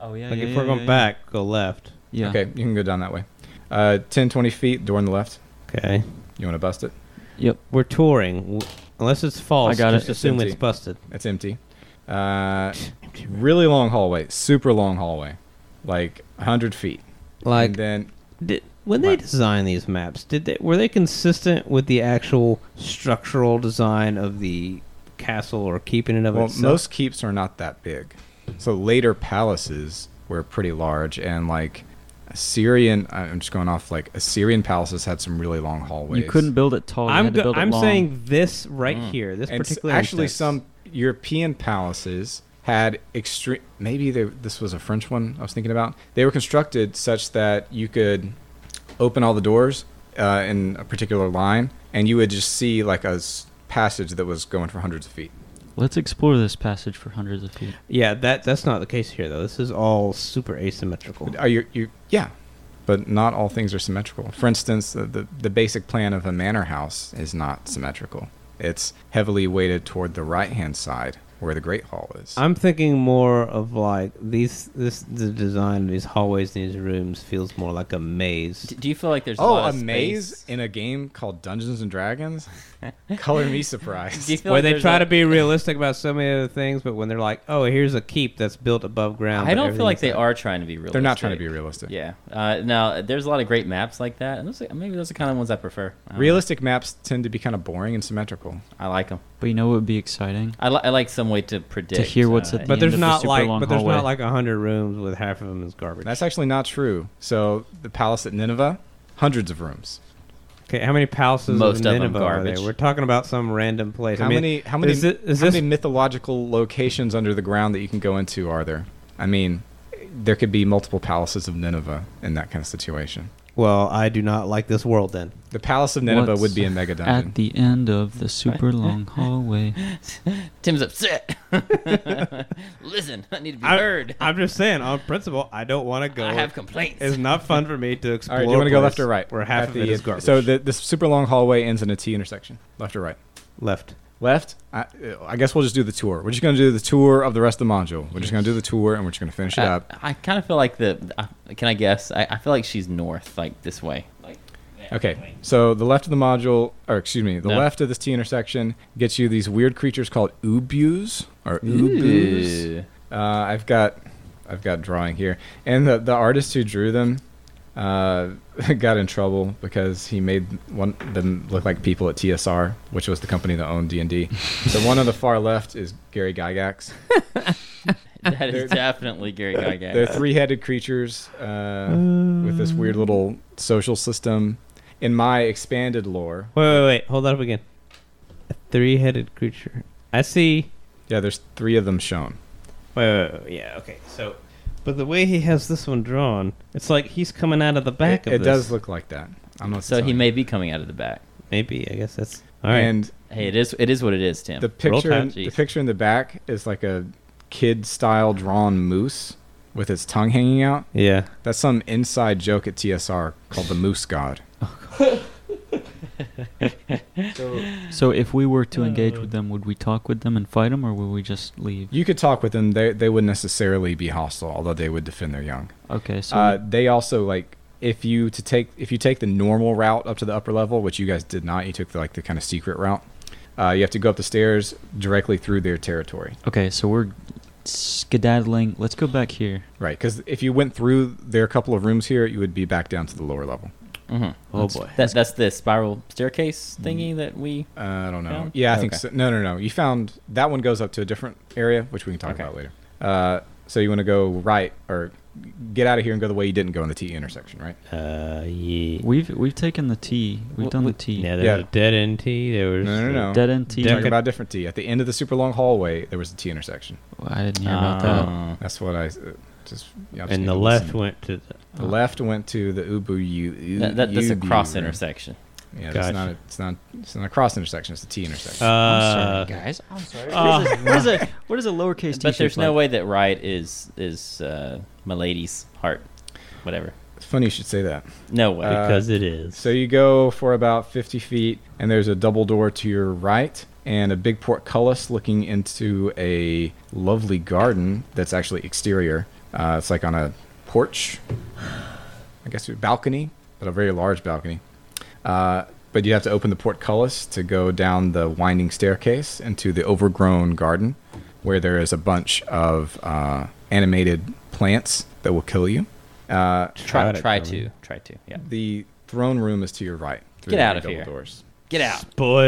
[SPEAKER 3] Oh yeah.
[SPEAKER 2] Like
[SPEAKER 3] yeah,
[SPEAKER 2] if
[SPEAKER 3] yeah,
[SPEAKER 2] we're
[SPEAKER 3] yeah,
[SPEAKER 2] going
[SPEAKER 3] yeah.
[SPEAKER 2] back, go left.
[SPEAKER 3] Yeah.
[SPEAKER 1] Okay, you can go down that way. Uh, 10, 20 feet, door on the left.
[SPEAKER 2] Okay.
[SPEAKER 1] You want to bust it?
[SPEAKER 2] We're touring. W- Unless it's false,
[SPEAKER 3] I got
[SPEAKER 2] just
[SPEAKER 1] it. It's
[SPEAKER 2] assume it's,
[SPEAKER 1] empty.
[SPEAKER 2] busted.
[SPEAKER 1] It's empty. Uh, really long hallway, super long hallway, like 100 feet.
[SPEAKER 2] Like
[SPEAKER 1] and then
[SPEAKER 2] did, when they
[SPEAKER 1] Right.
[SPEAKER 2] designed these maps, did they were they consistent with the actual structural design of the castle or keeping it of
[SPEAKER 1] well,
[SPEAKER 2] itself?
[SPEAKER 1] most keeps are not that big. So later palaces were pretty large, and like Assyrian, I'm just going off like Assyrian palaces had some really long hallways.
[SPEAKER 3] You couldn't build it tall. You
[SPEAKER 2] I'm
[SPEAKER 3] had to
[SPEAKER 2] go-
[SPEAKER 3] build it
[SPEAKER 2] I'm
[SPEAKER 3] long.
[SPEAKER 2] saying this right
[SPEAKER 5] Mm.
[SPEAKER 2] here, this
[SPEAKER 1] And s-
[SPEAKER 2] particular
[SPEAKER 1] actually
[SPEAKER 2] instance.
[SPEAKER 1] some European palaces had extreme. Maybe they, this was a French one I was thinking about. They were constructed such that you could open all the doors uh, in a particular line, and you would just see like a s- passage that was going for hundreds of feet.
[SPEAKER 3] Let's explore this passage for hundreds of feet.
[SPEAKER 2] Yeah, that that's not the case here though. This is all super asymmetrical.
[SPEAKER 1] Are you? You yeah. But not all things are symmetrical. For instance, the, the, the basic plan of a manor house is not symmetrical. It's heavily weighted toward the right hand side, where the Great Hall is.
[SPEAKER 2] I'm thinking more of like these this the design of these hallways and these rooms feels more like a maze.
[SPEAKER 5] D- do you feel like there's a
[SPEAKER 1] Oh,
[SPEAKER 5] lot
[SPEAKER 1] a
[SPEAKER 5] of space?
[SPEAKER 1] maze in a game called Dungeons and Dragons? Color me
[SPEAKER 5] Do you
[SPEAKER 1] surprised.
[SPEAKER 5] feel
[SPEAKER 2] Where
[SPEAKER 5] like
[SPEAKER 2] they
[SPEAKER 5] there's
[SPEAKER 2] try
[SPEAKER 5] a-
[SPEAKER 2] to be realistic about so many other things, but when they're like, "Oh, here's a keep that's built above ground,"
[SPEAKER 5] I
[SPEAKER 2] but
[SPEAKER 5] don't feel like they
[SPEAKER 2] everything's-
[SPEAKER 5] are trying to be realistic.
[SPEAKER 1] They're not trying to be realistic.
[SPEAKER 5] Yeah. Uh, now there's a lot of great maps like that, and those are, maybe those are kind of ones I prefer. I don't know.
[SPEAKER 1] Realistic maps tend to be kind of boring and symmetrical.
[SPEAKER 5] I like them.
[SPEAKER 3] But you know what would be exciting?
[SPEAKER 5] I, li- I like some way to predict.
[SPEAKER 3] hear what's
[SPEAKER 5] uh,
[SPEAKER 3] at the
[SPEAKER 2] But
[SPEAKER 3] end
[SPEAKER 2] there's
[SPEAKER 3] of
[SPEAKER 2] not
[SPEAKER 3] super
[SPEAKER 2] like,
[SPEAKER 3] long
[SPEAKER 2] but there's
[SPEAKER 3] hallway.
[SPEAKER 2] not like hundred rooms with half of them is garbage.
[SPEAKER 1] That's actually not true. So, the palace at Nineveh, hundreds of rooms.
[SPEAKER 2] okay. How many palaces
[SPEAKER 5] Most
[SPEAKER 2] of
[SPEAKER 5] of 'em
[SPEAKER 2] Nineveh are there?
[SPEAKER 5] garbage.
[SPEAKER 2] We're talking about some random place.
[SPEAKER 1] How
[SPEAKER 2] I mean,
[SPEAKER 1] many how many
[SPEAKER 2] is it- is
[SPEAKER 1] how
[SPEAKER 2] this-
[SPEAKER 1] many mythological locations under the ground that you can go into are there? I mean, there could be multiple palaces of Nineveh in that kind of situation.
[SPEAKER 2] Well, I do not like this world. Then
[SPEAKER 1] The palace of Nineveh
[SPEAKER 3] What's
[SPEAKER 1] would be a mega dungeon.
[SPEAKER 3] At the end of the super long hallway.
[SPEAKER 5] Tim's upset. Listen, I need to be
[SPEAKER 2] I-
[SPEAKER 5] heard.
[SPEAKER 2] I'm just saying, on principle, I don't want to go.
[SPEAKER 5] I have complaints.
[SPEAKER 2] it's not fun for me to
[SPEAKER 1] All
[SPEAKER 2] explore.
[SPEAKER 1] right, do you want to go
[SPEAKER 2] a
[SPEAKER 1] left
[SPEAKER 2] place
[SPEAKER 1] or right?
[SPEAKER 2] Where half
[SPEAKER 1] At
[SPEAKER 2] of it
[SPEAKER 1] the-
[SPEAKER 2] is garbage.
[SPEAKER 1] So the, the super long hallway ends in a T intersection. Left or right?
[SPEAKER 2] left.
[SPEAKER 1] left. I, I guess we'll just do the tour. We're just going to do the tour of the rest of the module. We're just going to do the tour and we're just going to finish
[SPEAKER 2] Uh,
[SPEAKER 1] it up.
[SPEAKER 5] I, I kind of feel like the. I can I guess? I, I feel like she's north, like this way. Like. there.
[SPEAKER 1] Okay, so the left of the module, or excuse me, the
[SPEAKER 5] No.
[SPEAKER 1] left of this T intersection gets you these weird creatures called oobues or ooboos.
[SPEAKER 5] Ooh.
[SPEAKER 1] Uh, I've got, I've got drawing here, and the the artist who drew them uh, got in trouble because he made one them look like people at TSR, which was the company that owned D and D. The one on the far left is Gary Gygax.
[SPEAKER 5] That
[SPEAKER 1] They're-
[SPEAKER 5] is definitely Gary Gygax.
[SPEAKER 1] They're three-headed creatures uh, with this weird little social system. In my expanded lore,
[SPEAKER 2] Wait, wait, wait. Hold that up again. A three-headed creature. I see.
[SPEAKER 1] yeah, there's three of them shown.
[SPEAKER 2] Wait, wait, wait, yeah, okay. So, but the way he has this one drawn, it's like he's coming out of the
[SPEAKER 1] it,
[SPEAKER 2] back of
[SPEAKER 1] it
[SPEAKER 2] this.
[SPEAKER 1] does look like that. I'm not
[SPEAKER 5] so he
[SPEAKER 1] telling
[SPEAKER 5] may be coming out of the back.
[SPEAKER 2] Maybe I guess that's
[SPEAKER 1] you.
[SPEAKER 2] all right.
[SPEAKER 1] And
[SPEAKER 5] Hey, it is. It is what it is, Tim.
[SPEAKER 1] the picture,
[SPEAKER 2] Tide,
[SPEAKER 1] in, the
[SPEAKER 5] jeez.
[SPEAKER 1] picture in the back is like a kid-style drawn moose with its tongue hanging out.
[SPEAKER 2] yeah.
[SPEAKER 1] That's some inside joke at TSR called the Moose God.
[SPEAKER 3] So if we were to engage
[SPEAKER 2] Uh.
[SPEAKER 3] with them, would we talk with them and fight them, or would we just leave?
[SPEAKER 1] You could talk with them; they they wouldn't necessarily be hostile, although they would defend their young.
[SPEAKER 3] Okay, so
[SPEAKER 1] Uh, they also like if you to take if you take the normal route up to the upper level, which you guys did not. You took the, like the kind of secret route. Uh, you have to go up the stairs directly through their territory.
[SPEAKER 3] okay, so we're skedaddling. Let's go back here.
[SPEAKER 1] Right, because if you went through their couple of rooms here, you would be back down to the lower level.
[SPEAKER 5] Mhm.
[SPEAKER 4] Oh boy.
[SPEAKER 5] That, that's the spiral staircase thingy that we.
[SPEAKER 1] Uh, I don't know.
[SPEAKER 5] Down?
[SPEAKER 1] Yeah, I think
[SPEAKER 5] Okay.
[SPEAKER 1] so. No, no, no. You found that one goes up to a different area, which we can talk
[SPEAKER 5] Okay.
[SPEAKER 1] about later. Uh, so you want to go right or get out of here and go the way you didn't go in the T intersection, right?
[SPEAKER 2] Uh, yeah.
[SPEAKER 3] We've we've taken the T. We've
[SPEAKER 5] Well,
[SPEAKER 3] done
[SPEAKER 5] we-
[SPEAKER 3] the T.
[SPEAKER 2] Yeah, there
[SPEAKER 1] Yeah.
[SPEAKER 2] was a dead end T. There was
[SPEAKER 1] No, no, no.
[SPEAKER 3] Dead end T.
[SPEAKER 1] We're talking
[SPEAKER 2] Deca-
[SPEAKER 1] about a different T. At the end of the super long hallway, there was the T intersection.
[SPEAKER 3] Well, I didn't hear about that.
[SPEAKER 5] Uh,
[SPEAKER 1] That's what I uh, just. Yeah, I just need
[SPEAKER 2] and the
[SPEAKER 1] to
[SPEAKER 2] left
[SPEAKER 1] listen.
[SPEAKER 2] went to the.
[SPEAKER 1] The left went to the Ubu U.
[SPEAKER 5] that, that, that's a
[SPEAKER 1] Ubu
[SPEAKER 5] cross
[SPEAKER 1] room.
[SPEAKER 5] intersection.
[SPEAKER 1] Yeah,
[SPEAKER 2] Gotcha.
[SPEAKER 1] that's not. A, it's not. It's not a cross intersection. It's a T intersection.
[SPEAKER 2] Uh,
[SPEAKER 3] guys. I'm sorry.
[SPEAKER 2] Uh,
[SPEAKER 3] what, is a, what is a lowercase T?
[SPEAKER 5] But there's no way that right is is uh, Milady's heart, whatever.
[SPEAKER 1] it's funny you should say that.
[SPEAKER 5] No way.
[SPEAKER 1] Uh,
[SPEAKER 2] because it is.
[SPEAKER 1] So you go for about 50 feet, and there's a double door to your right and a big portcullis looking into a lovely garden that's actually exterior. Uh, it's like on a porch, I guess, a balcony, but a very large balcony. Uh, but you have to open the portcullis to go down the winding staircase into the overgrown garden where there is a bunch of uh, animated plants that will kill you. Uh,
[SPEAKER 5] try
[SPEAKER 2] to
[SPEAKER 5] try
[SPEAKER 2] tell
[SPEAKER 5] to
[SPEAKER 2] me.
[SPEAKER 5] try to. Yeah.
[SPEAKER 1] the throne room is to your right. through
[SPEAKER 5] Get
[SPEAKER 1] the
[SPEAKER 5] out
[SPEAKER 1] big
[SPEAKER 5] of here.
[SPEAKER 1] double Doors.
[SPEAKER 5] Get out.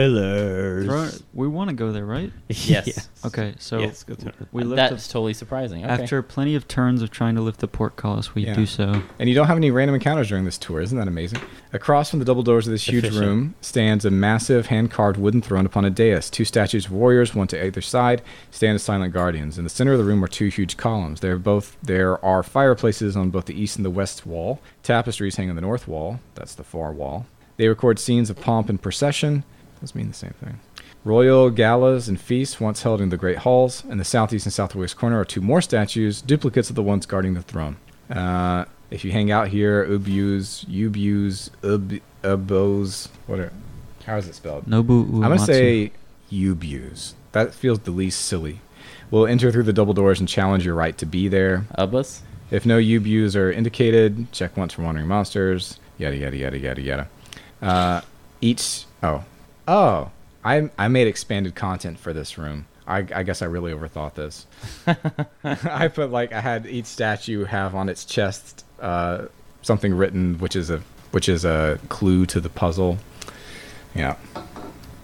[SPEAKER 2] Spoilers.
[SPEAKER 3] we want to go there, right?
[SPEAKER 5] Yes. Uh,
[SPEAKER 3] Okay, so
[SPEAKER 2] Yes, go to-
[SPEAKER 3] we lift
[SPEAKER 5] That's
[SPEAKER 3] the,
[SPEAKER 5] totally surprising. Okay.
[SPEAKER 3] after plenty of turns of trying to lift the portcullis, we
[SPEAKER 1] Yeah.
[SPEAKER 3] do so.
[SPEAKER 1] And you don't have any random encounters during this tour. Isn't that amazing? Across from the double doors of this huge
[SPEAKER 2] Efficient.
[SPEAKER 1] room stands a massive hand carved wooden throne upon a dais. Two statues of warriors, one to either side, stand as silent guardians. In the center of the room are two huge columns. They're both there are fireplaces on both the east and the west wall. Tapestries hang on the north wall. That's the far wall. They record scenes of pomp and procession. Those mean the same thing. Royal galas and feasts once held in the great halls. In the southeast and southwest corner are two more statues, duplicates of the ones guarding the throne. Uh, if you hang out here, ubus, ubus, ub, ubos, what are, how is it spelled?
[SPEAKER 3] Nobu Uematsu.
[SPEAKER 1] I'm gonna say ubus. That feels the least silly. We'll enter through the double doors and challenge your right to be there.
[SPEAKER 5] Ubus.
[SPEAKER 1] If no ubus are indicated, check once for wandering monsters. Yada yada yada yada yada. Uh, each oh oh I I made expanded content for this room. I, I guess I really overthought this. I put like I had each statue have on its chest uh, something written, which is a which is a clue to the puzzle. Yeah,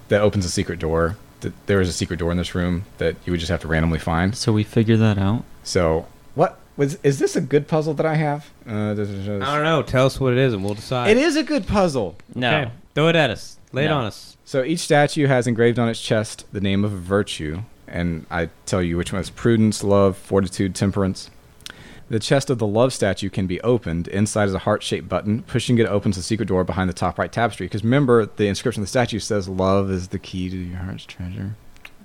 [SPEAKER 1] that opens a secret door. Th- There is a secret door in this room that you would just have to randomly find.
[SPEAKER 3] So we figure that out.
[SPEAKER 1] So what was is this a good puzzle that I have? Uh, this is-
[SPEAKER 2] I don't know. Tell us what it is, and we'll decide.
[SPEAKER 1] It is a good puzzle.
[SPEAKER 5] No.
[SPEAKER 2] Okay, throw it at us. Lay it
[SPEAKER 5] No.
[SPEAKER 2] on us.
[SPEAKER 1] So each statue has engraved on its chest the name of a virtue, and I tell you which one is prudence, love, fortitude, temperance. The chest of the love statue can be opened. Inside is a heart shaped button. Pushing it opens the secret door behind the top right tapestry. Because remember, the inscription of the statue says, Love is the key to your heart's treasure.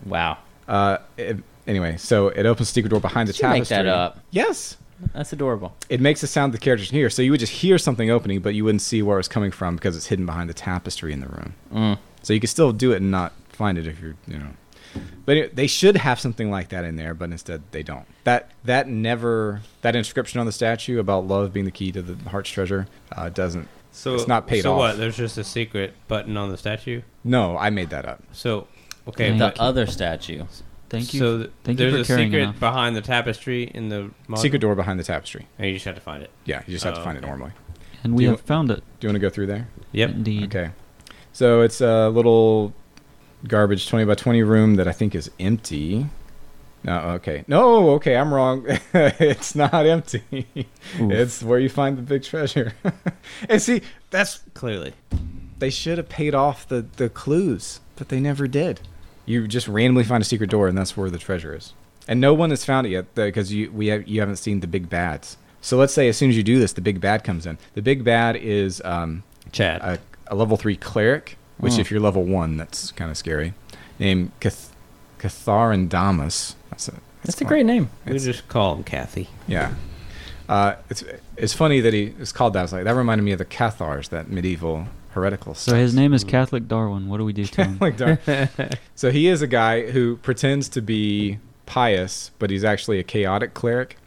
[SPEAKER 5] Wow.
[SPEAKER 1] Uh, it- anyway, so it opens the secret door behind the
[SPEAKER 5] Did you make
[SPEAKER 1] tapestry.
[SPEAKER 5] that up?
[SPEAKER 1] Yes.
[SPEAKER 5] That's adorable.
[SPEAKER 1] it makes the sound the characters can hear. So you would just hear something opening, but you wouldn't see where it was coming from because it's hidden behind the tapestry in the room.
[SPEAKER 5] Mm.
[SPEAKER 1] So you could still do it and not find it if you're, you know. But anyway, they should have something like that in there, but instead they don't. That that never that inscription on the statue about love being the key to the heart's treasure uh, doesn't.
[SPEAKER 2] So
[SPEAKER 1] It's not paid
[SPEAKER 2] so
[SPEAKER 1] off.
[SPEAKER 2] what? There's just a secret button on the statue.
[SPEAKER 1] No, I made that up.
[SPEAKER 2] So okay,
[SPEAKER 3] Thank Uh,
[SPEAKER 5] the
[SPEAKER 2] but-
[SPEAKER 5] other statue.
[SPEAKER 3] Thank you.
[SPEAKER 2] So th-
[SPEAKER 3] thank you
[SPEAKER 2] there's
[SPEAKER 3] for
[SPEAKER 2] a
[SPEAKER 3] caring
[SPEAKER 2] secret
[SPEAKER 3] enough.
[SPEAKER 2] behind the tapestry in the model,
[SPEAKER 1] Secret door behind the tapestry.
[SPEAKER 2] and you just have to find it.
[SPEAKER 1] Yeah, you just have to
[SPEAKER 2] Oh,
[SPEAKER 1] find it
[SPEAKER 2] okay.
[SPEAKER 1] normally.
[SPEAKER 3] and
[SPEAKER 1] do
[SPEAKER 3] we
[SPEAKER 1] you-
[SPEAKER 3] have found it.
[SPEAKER 1] Do you want to go through there?
[SPEAKER 2] Yep.
[SPEAKER 3] Indeed.
[SPEAKER 1] Okay. So it's a little garbage 20 by 20 room that I think is empty. No, okay. No, okay, I'm wrong. it's not empty.
[SPEAKER 3] Oof.
[SPEAKER 1] It's where you find the big treasure. and see, that's
[SPEAKER 2] Clearly.
[SPEAKER 1] they should have paid off the the clues, but they never did. You just randomly find a secret door and that's where the treasure is. And no one has found it yet because you we have, you haven't seen the big bads. So let's say as soon as you do this, the big bad comes in. The big bad is um,
[SPEAKER 2] Chad.
[SPEAKER 1] a, a level three cleric, which
[SPEAKER 3] Hmm.
[SPEAKER 1] if you're level one, that's kind of scary. Named Cath- Catharandamus. That's a
[SPEAKER 5] That's a
[SPEAKER 1] fun.
[SPEAKER 5] great name.
[SPEAKER 2] we
[SPEAKER 1] it's-
[SPEAKER 2] just call him Kathy.
[SPEAKER 1] Yeah. Uh, it's it's funny that he is called that. I was like that reminded me of the Cathars, that medieval heretical.
[SPEAKER 3] So his name is Catholic Darwin. What do we do to him?
[SPEAKER 1] like dark. so he is a guy who pretends to be pious, but he's actually a chaotic cleric,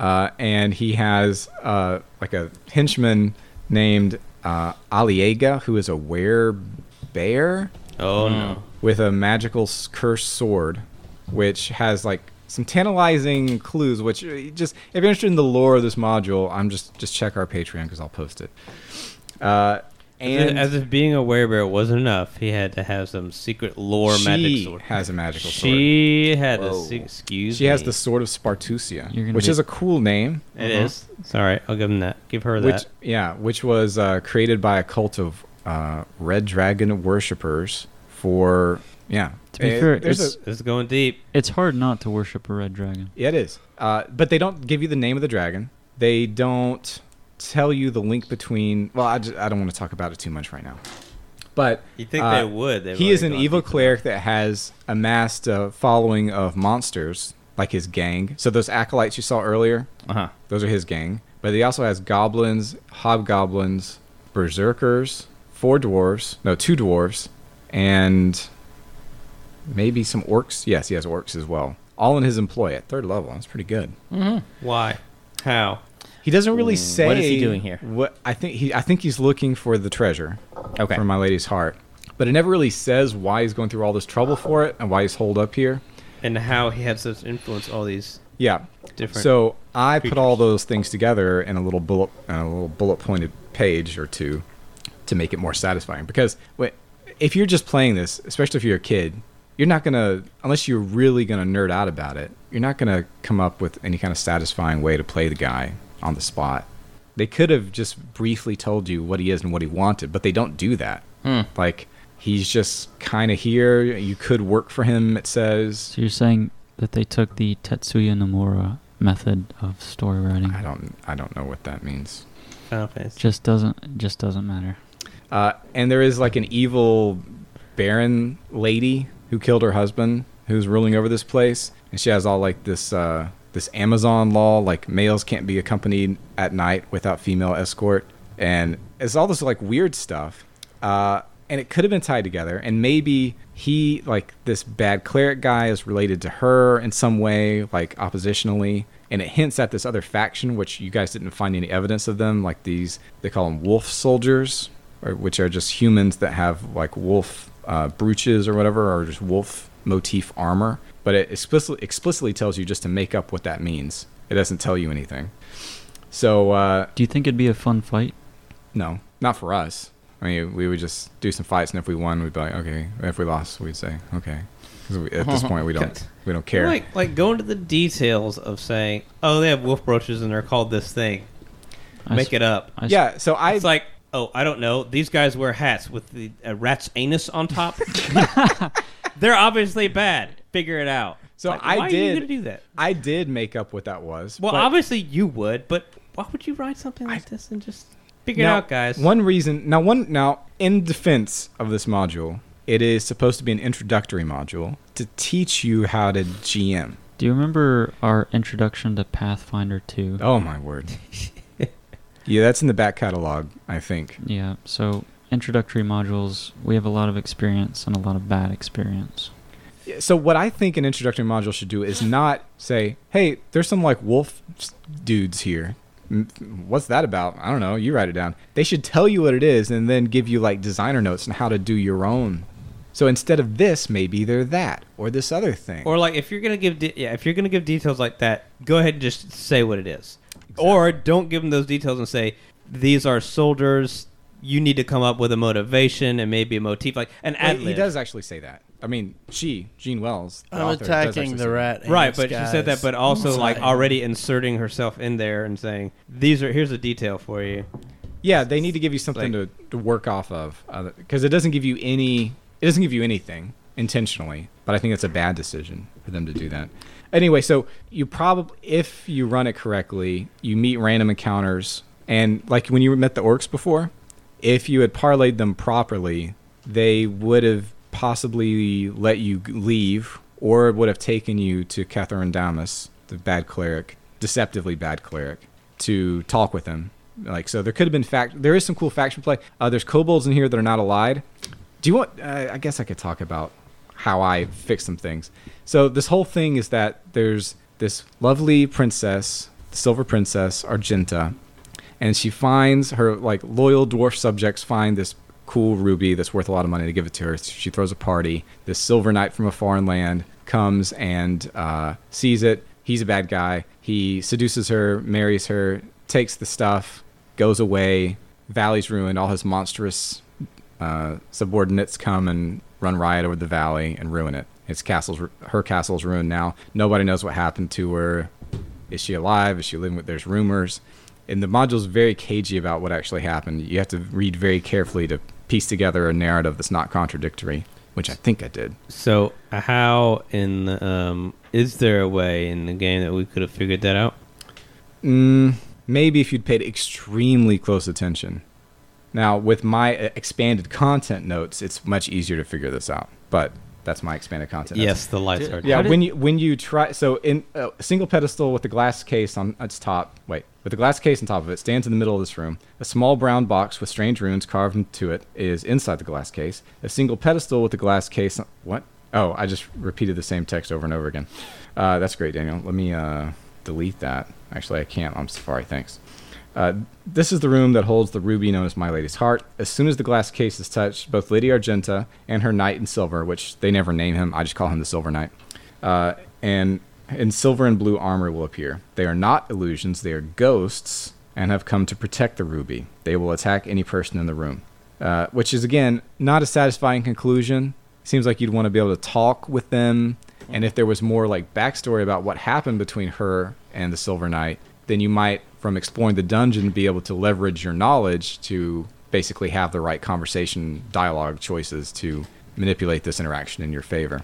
[SPEAKER 1] uh, and he has uh, like a henchman named uh, Aliega, who is a were bear
[SPEAKER 2] Oh
[SPEAKER 3] Mm.
[SPEAKER 5] no.
[SPEAKER 1] with a magical s- cursed sword, which has like some tantalizing clues. Which uh, just if you're interested in the lore of this module, I'm just just check our Patreon because I'll post it. Uh, and
[SPEAKER 2] as if being a werebear wasn't enough, he had to have some secret lore
[SPEAKER 1] she
[SPEAKER 2] magic sword.
[SPEAKER 1] has a magical sword.
[SPEAKER 2] She had a
[SPEAKER 5] Whoa.
[SPEAKER 2] se- excuse.
[SPEAKER 1] She has
[SPEAKER 2] me.
[SPEAKER 1] the sword of Spartusia,
[SPEAKER 3] You're gonna
[SPEAKER 1] which
[SPEAKER 3] be-
[SPEAKER 1] is a cool name.
[SPEAKER 2] It is. It's all right. I'll give him that. Give her
[SPEAKER 1] Which
[SPEAKER 2] that.
[SPEAKER 1] yeah, which was uh, created by a cult of uh, red dragon worshippers for yeah.
[SPEAKER 3] To be
[SPEAKER 1] Eh,
[SPEAKER 3] fair,
[SPEAKER 1] there's
[SPEAKER 3] it's-
[SPEAKER 1] a-
[SPEAKER 2] This is going deep.
[SPEAKER 3] It's hard not to worship a red dragon.
[SPEAKER 1] Yeah, It is. Uh, but they don't give you the name of the dragon. They don't tell you the link between. Well, I, just, I don't want to talk about it too much right now. But
[SPEAKER 2] You think
[SPEAKER 1] uh,
[SPEAKER 2] they would? They've
[SPEAKER 1] he is an
[SPEAKER 2] already gone
[SPEAKER 1] evil
[SPEAKER 2] deep.
[SPEAKER 1] cleric that has amassed a following of monsters, like his gang. So those acolytes you saw earlier,
[SPEAKER 5] Uh
[SPEAKER 2] Uh-huh.
[SPEAKER 5] huh.
[SPEAKER 1] those are his gang. But he also has goblins, hobgoblins, berserkers, four dwarves, no, two dwarves, and maybe some orcs. Yes, he has orcs as well. All in his employ at third level. That's pretty good.
[SPEAKER 2] Why? How?
[SPEAKER 1] He doesn't really
[SPEAKER 5] Mm,
[SPEAKER 1] say
[SPEAKER 5] what is he doing here?
[SPEAKER 1] What I think he I think he's looking for the treasure
[SPEAKER 5] Okay.
[SPEAKER 1] for my lady's heart, but it never really says why he's going through all this trouble for it and why he's holed up here.
[SPEAKER 2] And how he had such influence all these
[SPEAKER 1] Yeah.
[SPEAKER 2] different.
[SPEAKER 1] So I put
[SPEAKER 2] creatures.
[SPEAKER 1] all those things together in a little bullet in a little bullet pointed page or two to make it more satisfying because wh- if you're just playing this, especially if you're a kid, you're not gonna unless you're really gonna nerd out about it. You're not gonna come up with any kind of satisfying way to play the guy on the spot. They could have just briefly told you what he is and what he wanted, but they don't do that. Like he's just kind of here. You could work for him. It says
[SPEAKER 3] So you're saying that they took the Tetsuya Nomura method of story writing.
[SPEAKER 1] I don't I don't know what that means.
[SPEAKER 2] Final Fantasy.
[SPEAKER 3] Just doesn't it just doesn't matter.
[SPEAKER 1] Uh, and there is like an evil baron lady who killed her husband, who's ruling over this place, and she has all like this uh, this Amazon law, like males can't be accompanied at night without female escort, and it's all this like weird stuff. Uh, and it could have been tied together, and maybe he like this bad cleric guy is related to her in some way, like oppositionally. And it hints at this other faction, which you guys didn't find any evidence of them, like these, they call them wolf soldiers, or, which are just humans that have like wolf uh, brooches or whatever, or just wolf motif armor. But it explicitly, explicitly tells you just to make up what that means. It doesn't tell you anything. So uh,
[SPEAKER 3] Do you think it'd be a fun fight?
[SPEAKER 1] no, not for us. I mean, we would just do some fights, and if we won, we'd be like, okay. If we lost, we'd say, okay. 'Cause we, at this point, we don't we don't care.
[SPEAKER 2] Like, like go into the details of saying, oh, they have wolf brooches and they're called this thing.
[SPEAKER 3] I
[SPEAKER 2] Make
[SPEAKER 3] s-
[SPEAKER 2] it up.
[SPEAKER 3] I s-
[SPEAKER 1] yeah. So I
[SPEAKER 2] It's like, oh, I don't know. These guys wear hats with the a rat's anus on top. They're obviously bad. Figure it out.
[SPEAKER 1] So
[SPEAKER 2] Like,
[SPEAKER 1] I
[SPEAKER 2] why Are you
[SPEAKER 1] did-
[SPEAKER 2] gonna do that?
[SPEAKER 1] I did make up what that was.
[SPEAKER 2] Well,
[SPEAKER 1] but-
[SPEAKER 2] obviously you would, but why would you write something like this and just figure
[SPEAKER 1] now,
[SPEAKER 2] it out, guys?
[SPEAKER 1] One reason now one now in defense of this module, it is supposed to be an introductory module to teach you how to GM.
[SPEAKER 3] Do you remember our introduction to Pathfinder 2?
[SPEAKER 1] Oh my word. yeah, that's in the back catalog, I think.
[SPEAKER 3] Yeah. So introductory modules, we have a lot of experience and a lot of bad experience.
[SPEAKER 1] So what I think an introductory module should do is not say, "Hey, there's some like wolf s- dudes here. M- What's that about? I don't know. You write it down." They should tell you what it is and then give you like designer notes on how to do your own. So instead of this, maybe they're that or this other thing.
[SPEAKER 2] Or like if you're gonna give de- yeah, if you're gonna give details like that, go ahead and just say what it is, or don't give them those details and say these are soldiers. You need to come up with a motivation and maybe a motif, like an
[SPEAKER 1] Well,
[SPEAKER 2] ad
[SPEAKER 1] he does actually say that. I mean, she, Gene Wells. the
[SPEAKER 4] I'm
[SPEAKER 1] author, does
[SPEAKER 4] attacking
[SPEAKER 1] actually
[SPEAKER 4] the
[SPEAKER 1] say that.
[SPEAKER 4] rat. and
[SPEAKER 2] Right,
[SPEAKER 4] its
[SPEAKER 2] but she said that,
[SPEAKER 4] guys.
[SPEAKER 2] but also
[SPEAKER 4] It's
[SPEAKER 2] like
[SPEAKER 4] not-
[SPEAKER 2] already inserting herself in there and saying these are here's a detail for you.
[SPEAKER 1] Yeah, they need to give you something to, to work off of because it doesn't give you any. It doesn't give you anything intentionally, but I think it's a bad decision for them to do that. Anyway, so you probably, if you run it correctly, you meet random encounters, and like when you met the orcs before, if you had parlayed them properly, they would have possibly let you g- leave, or would have taken you to Catherine Damas, the bad cleric, deceptively bad cleric, to talk with him. Like so, there could have been fact. There is some cool faction play. Uh, there's kobolds in here that are not allied. Do you want? Uh, I guess I could talk about how I fix some things. So this whole thing is that there's this lovely princess, the silver princess Argenta, and she finds her like loyal dwarf subjects find this cool ruby that's worth a lot of money to give it to her. She throws a party. This silver knight from a foreign land comes and uh, sees it. He's a bad guy. He seduces her, marries her, takes the stuff, goes away. Valley's ruined. All his monstrous uh, subordinates come and run riot over the valley and ruin it. It's castle's her castle's ruined now. Nobody knows what happened to her. Is she alive? Is she living with? There's rumors, and the module's very cagey about what actually happened. You have to read very carefully to piece together a narrative that's not contradictory, which I think I did.
[SPEAKER 2] So uh, how in um is there a way in the game that we could have figured that out?
[SPEAKER 1] Mm, maybe if you'd paid extremely close attention. Now, with my uh, expanded content notes, it's much easier to figure this out. But that's my expanded content. notes.
[SPEAKER 2] yes, the lights are.
[SPEAKER 1] Yeah,
[SPEAKER 3] How did-
[SPEAKER 1] when you when you try so in a single pedestal with the glass case on its top. Wait, with the glass case on top of it stands in the middle of this room. A small brown box with strange runes carved into it is inside the glass case. A single pedestal with the glass case. On, what? Oh, I just repeated the same text over and over again. Uh, that's great, Daniel. Let me uh, delete that. Actually, I can't. I'm Safari. Thanks. Uh, this is the room that holds the ruby known as My Lady's Heart. As soon as the glass case is touched, both Lady Argenta and her knight in silver, which they never name him, I just call him the Silver Knight, uh, and in silver and blue armor will appear. They are not illusions, they are ghosts, and have come to protect the ruby. They will attack any person in the room. Uh, which is, again, not a satisfying conclusion. Seems like you'd want to be able to talk with them, and if there was more like backstory about what happened between her and the Silver Knight, then you might, from exploring the dungeon, be able to leverage your knowledge to basically have the right conversation, dialogue choices to manipulate this interaction in your favor.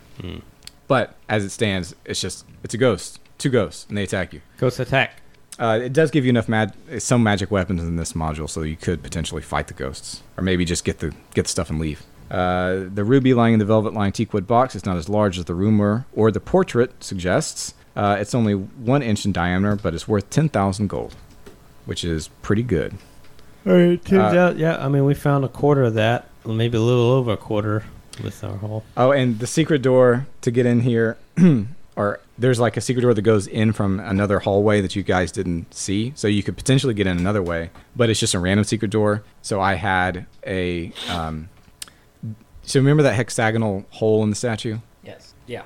[SPEAKER 1] But as it stands, it's just it's a ghost, two ghosts, and they attack you.
[SPEAKER 2] Ghost attack.
[SPEAKER 1] Uh, it does give you enough mag- some magic weapons in this module, so you could potentially fight the ghosts, or maybe just get the get the stuff and leave. Uh, the ruby lying in the velvet lined teakwood box is not as large as the rumor or the portrait suggests. Uh, it's only one inch in diameter, but it's worth ten thousand gold, which is pretty good.
[SPEAKER 2] All right, turns
[SPEAKER 1] Uh,
[SPEAKER 2] out, yeah. I mean, we found a quarter of that, or maybe a little over a quarter with our whole.
[SPEAKER 1] Oh, and the secret door to get in here, or there's like a secret door that goes in from another hallway that you guys didn't see, so you could potentially get in another way, but it's just a random secret door. So I had a, um, so remember that hexagonal hole in the statue?
[SPEAKER 5] Yes. Yeah.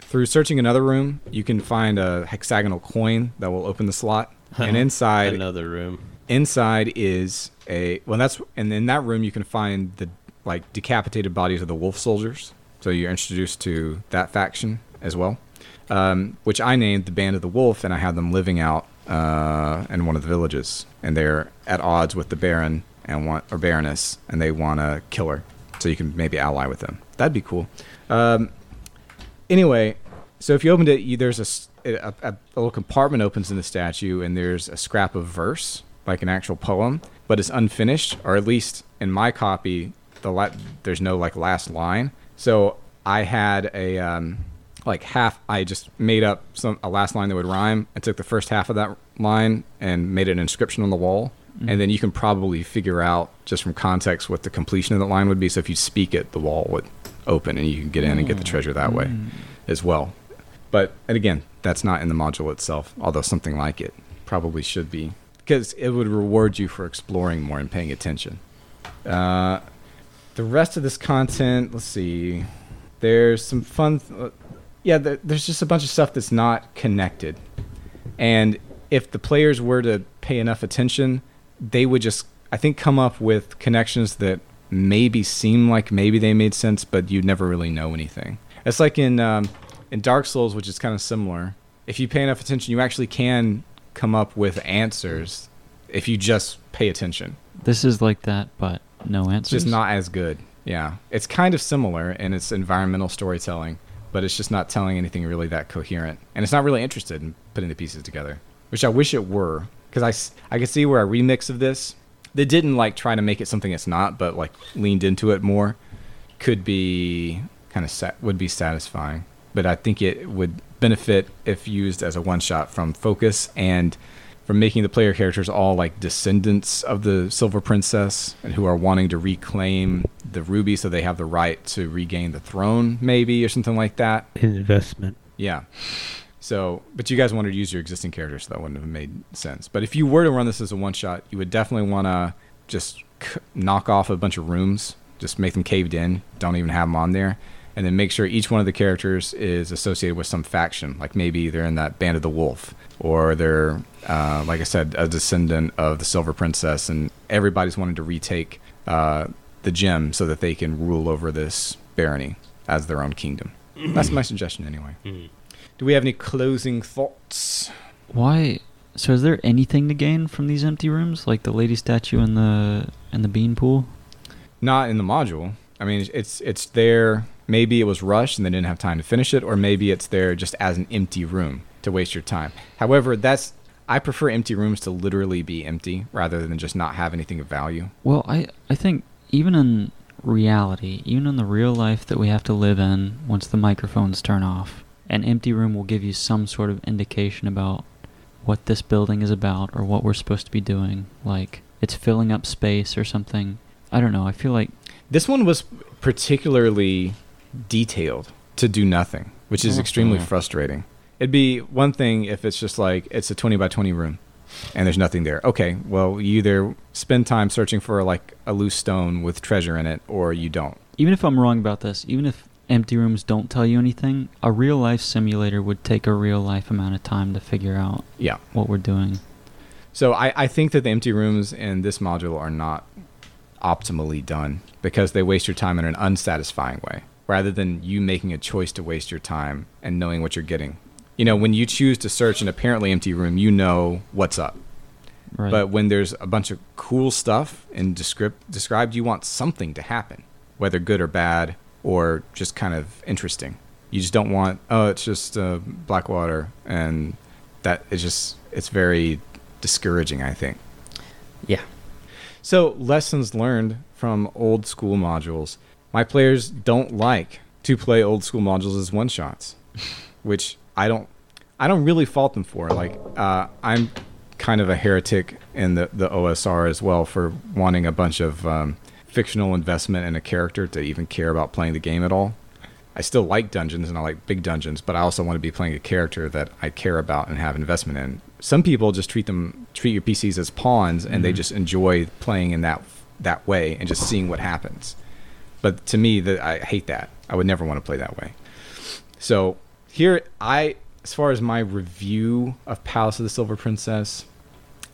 [SPEAKER 1] Through searching another room, you can find a hexagonal coin that will open the slot, and inside
[SPEAKER 2] another room.
[SPEAKER 1] inside is a well that's and in that room you can find the like decapitated bodies of the wolf soldiers so you're introduced to that faction as well um, which i named the band of the wolf and i had them living out uh, in one of the villages and they're at odds with the baron and want or baroness and they want to kill her so you can maybe ally with them that'd be cool um, anyway, so if you opened it, you, there's a, s- a- a- a little compartment opens in the statue, and there's a scrap of verse, like an actual poem, but it's unfinished, or at least in my copy, the la- there's no like last line. So I had a um, like half. I just made up some a last line that would rhyme. I took the first half of that line and made an inscription on the wall, and then you can probably figure out just from context what the completion of the line would be. So if you speak it, the wall would open and you can get in and get the treasure that way as well. But and again, that's not in the module itself, although something like it probably should be because it would reward you for exploring more and paying attention. Uh, the rest of this content, let's see. There's some fun. Th- yeah, there, there's just a bunch of stuff that's not connected. And if the players were to pay enough attention, they would just, I think, come up with connections that maybe seem like maybe they made sense, but you never really know anything. It's like in um, in Dark Souls, which is kind of similar. If you pay enough attention, you actually can come up with answers if you just pay attention.
[SPEAKER 3] This is like that, but no
[SPEAKER 1] It's
[SPEAKER 3] answers.
[SPEAKER 1] just not as good. Yeah. It's kind of similar in its environmental storytelling, but it's just not telling anything really that coherent. And it's not really interested in putting the pieces together, which I wish it were. Because I, s- I could see where a remix of this, they didn't like try to make it something it's not, but like leaned into it more, could be kind of sat, would be satisfying. But I think it would benefit if used as a one shot from focus and from making the player characters all like descendants of the Silver Princess and who are wanting to reclaim the ruby so they have the right to regain the throne, maybe, or something like that.
[SPEAKER 2] Investment.
[SPEAKER 1] Yeah. So, but you guys wanted to use your existing characters, so that wouldn't have made sense. But if you were to run this as a one shot, you would definitely want to just k- knock off a bunch of rooms, just make them caved in, don't even have them on there, and then make sure each one of the characters is associated with some faction. Like maybe they're in that Band of the Wolf, or they're, uh, like I said, a descendant of the Silver Princess, and everybody's wanting to retake uh, the gem so that they can rule over this barony as their own kingdom. That's my suggestion, anyway. Do we have any closing thoughts?
[SPEAKER 3] Why? So is there anything to gain from these empty rooms, like the lady statue and the and the bean pool?
[SPEAKER 1] Not in the module. I mean, it's it's there. Maybe it was rushed and they didn't have time to finish it, or maybe it's there just as an empty room to waste your time. However, that's I prefer empty rooms to literally be empty rather than just not have anything of value.
[SPEAKER 3] Well, I I think even in reality, even in the real life that we have to live in, once the microphones turn off, an empty room will give you some sort of indication about what this building is about or what we're supposed to be doing. Like it's filling up space or something. I don't know. I feel like
[SPEAKER 1] This one was particularly detailed to do nothing, which is extremely
[SPEAKER 5] Mhm.
[SPEAKER 1] frustrating. It'd be one thing if it's just like it's a 20 by 20 room and there's nothing there. Okay, well, you either spend time searching for like a loose stone with treasure in it or you don't.
[SPEAKER 3] even if I'm wrong about this, even if empty rooms don't tell you anything, a real life simulator would take a real life amount of time to figure out
[SPEAKER 1] Yeah.
[SPEAKER 3] what we're doing.
[SPEAKER 1] So I, I think that the empty rooms in this module are not optimally done because they waste your time in an unsatisfying way rather than you making a choice to waste your time and knowing what you're getting. You know, when you choose to search an apparently empty room, you know what's up.
[SPEAKER 3] Right.
[SPEAKER 1] But when there's a bunch of cool stuff and descrip described, you want something to happen, whether good or bad or just kind of interesting. You just don't want, oh, it's just uh, Blackwater. And that is just, it's very discouraging, I think.
[SPEAKER 5] Yeah.
[SPEAKER 1] So, lessons learned from old school modules. My players don't like to play old school modules as one shots, which I don't I don't really fault them for. Like uh, I'm kind of a heretic in the the OSR as well for wanting a bunch of um, fictional investment in a character to even care about playing the game at all. I still like dungeons and I like big dungeons, but I also want to be playing a character that I care about and have investment in. Some people just treat them treat your PCs as pawns and they just enjoy playing in that that way and just seeing what happens. But to me, that I hate that. I would never want to play that way. So here, I as far as my review of Palace of the Silver Princess,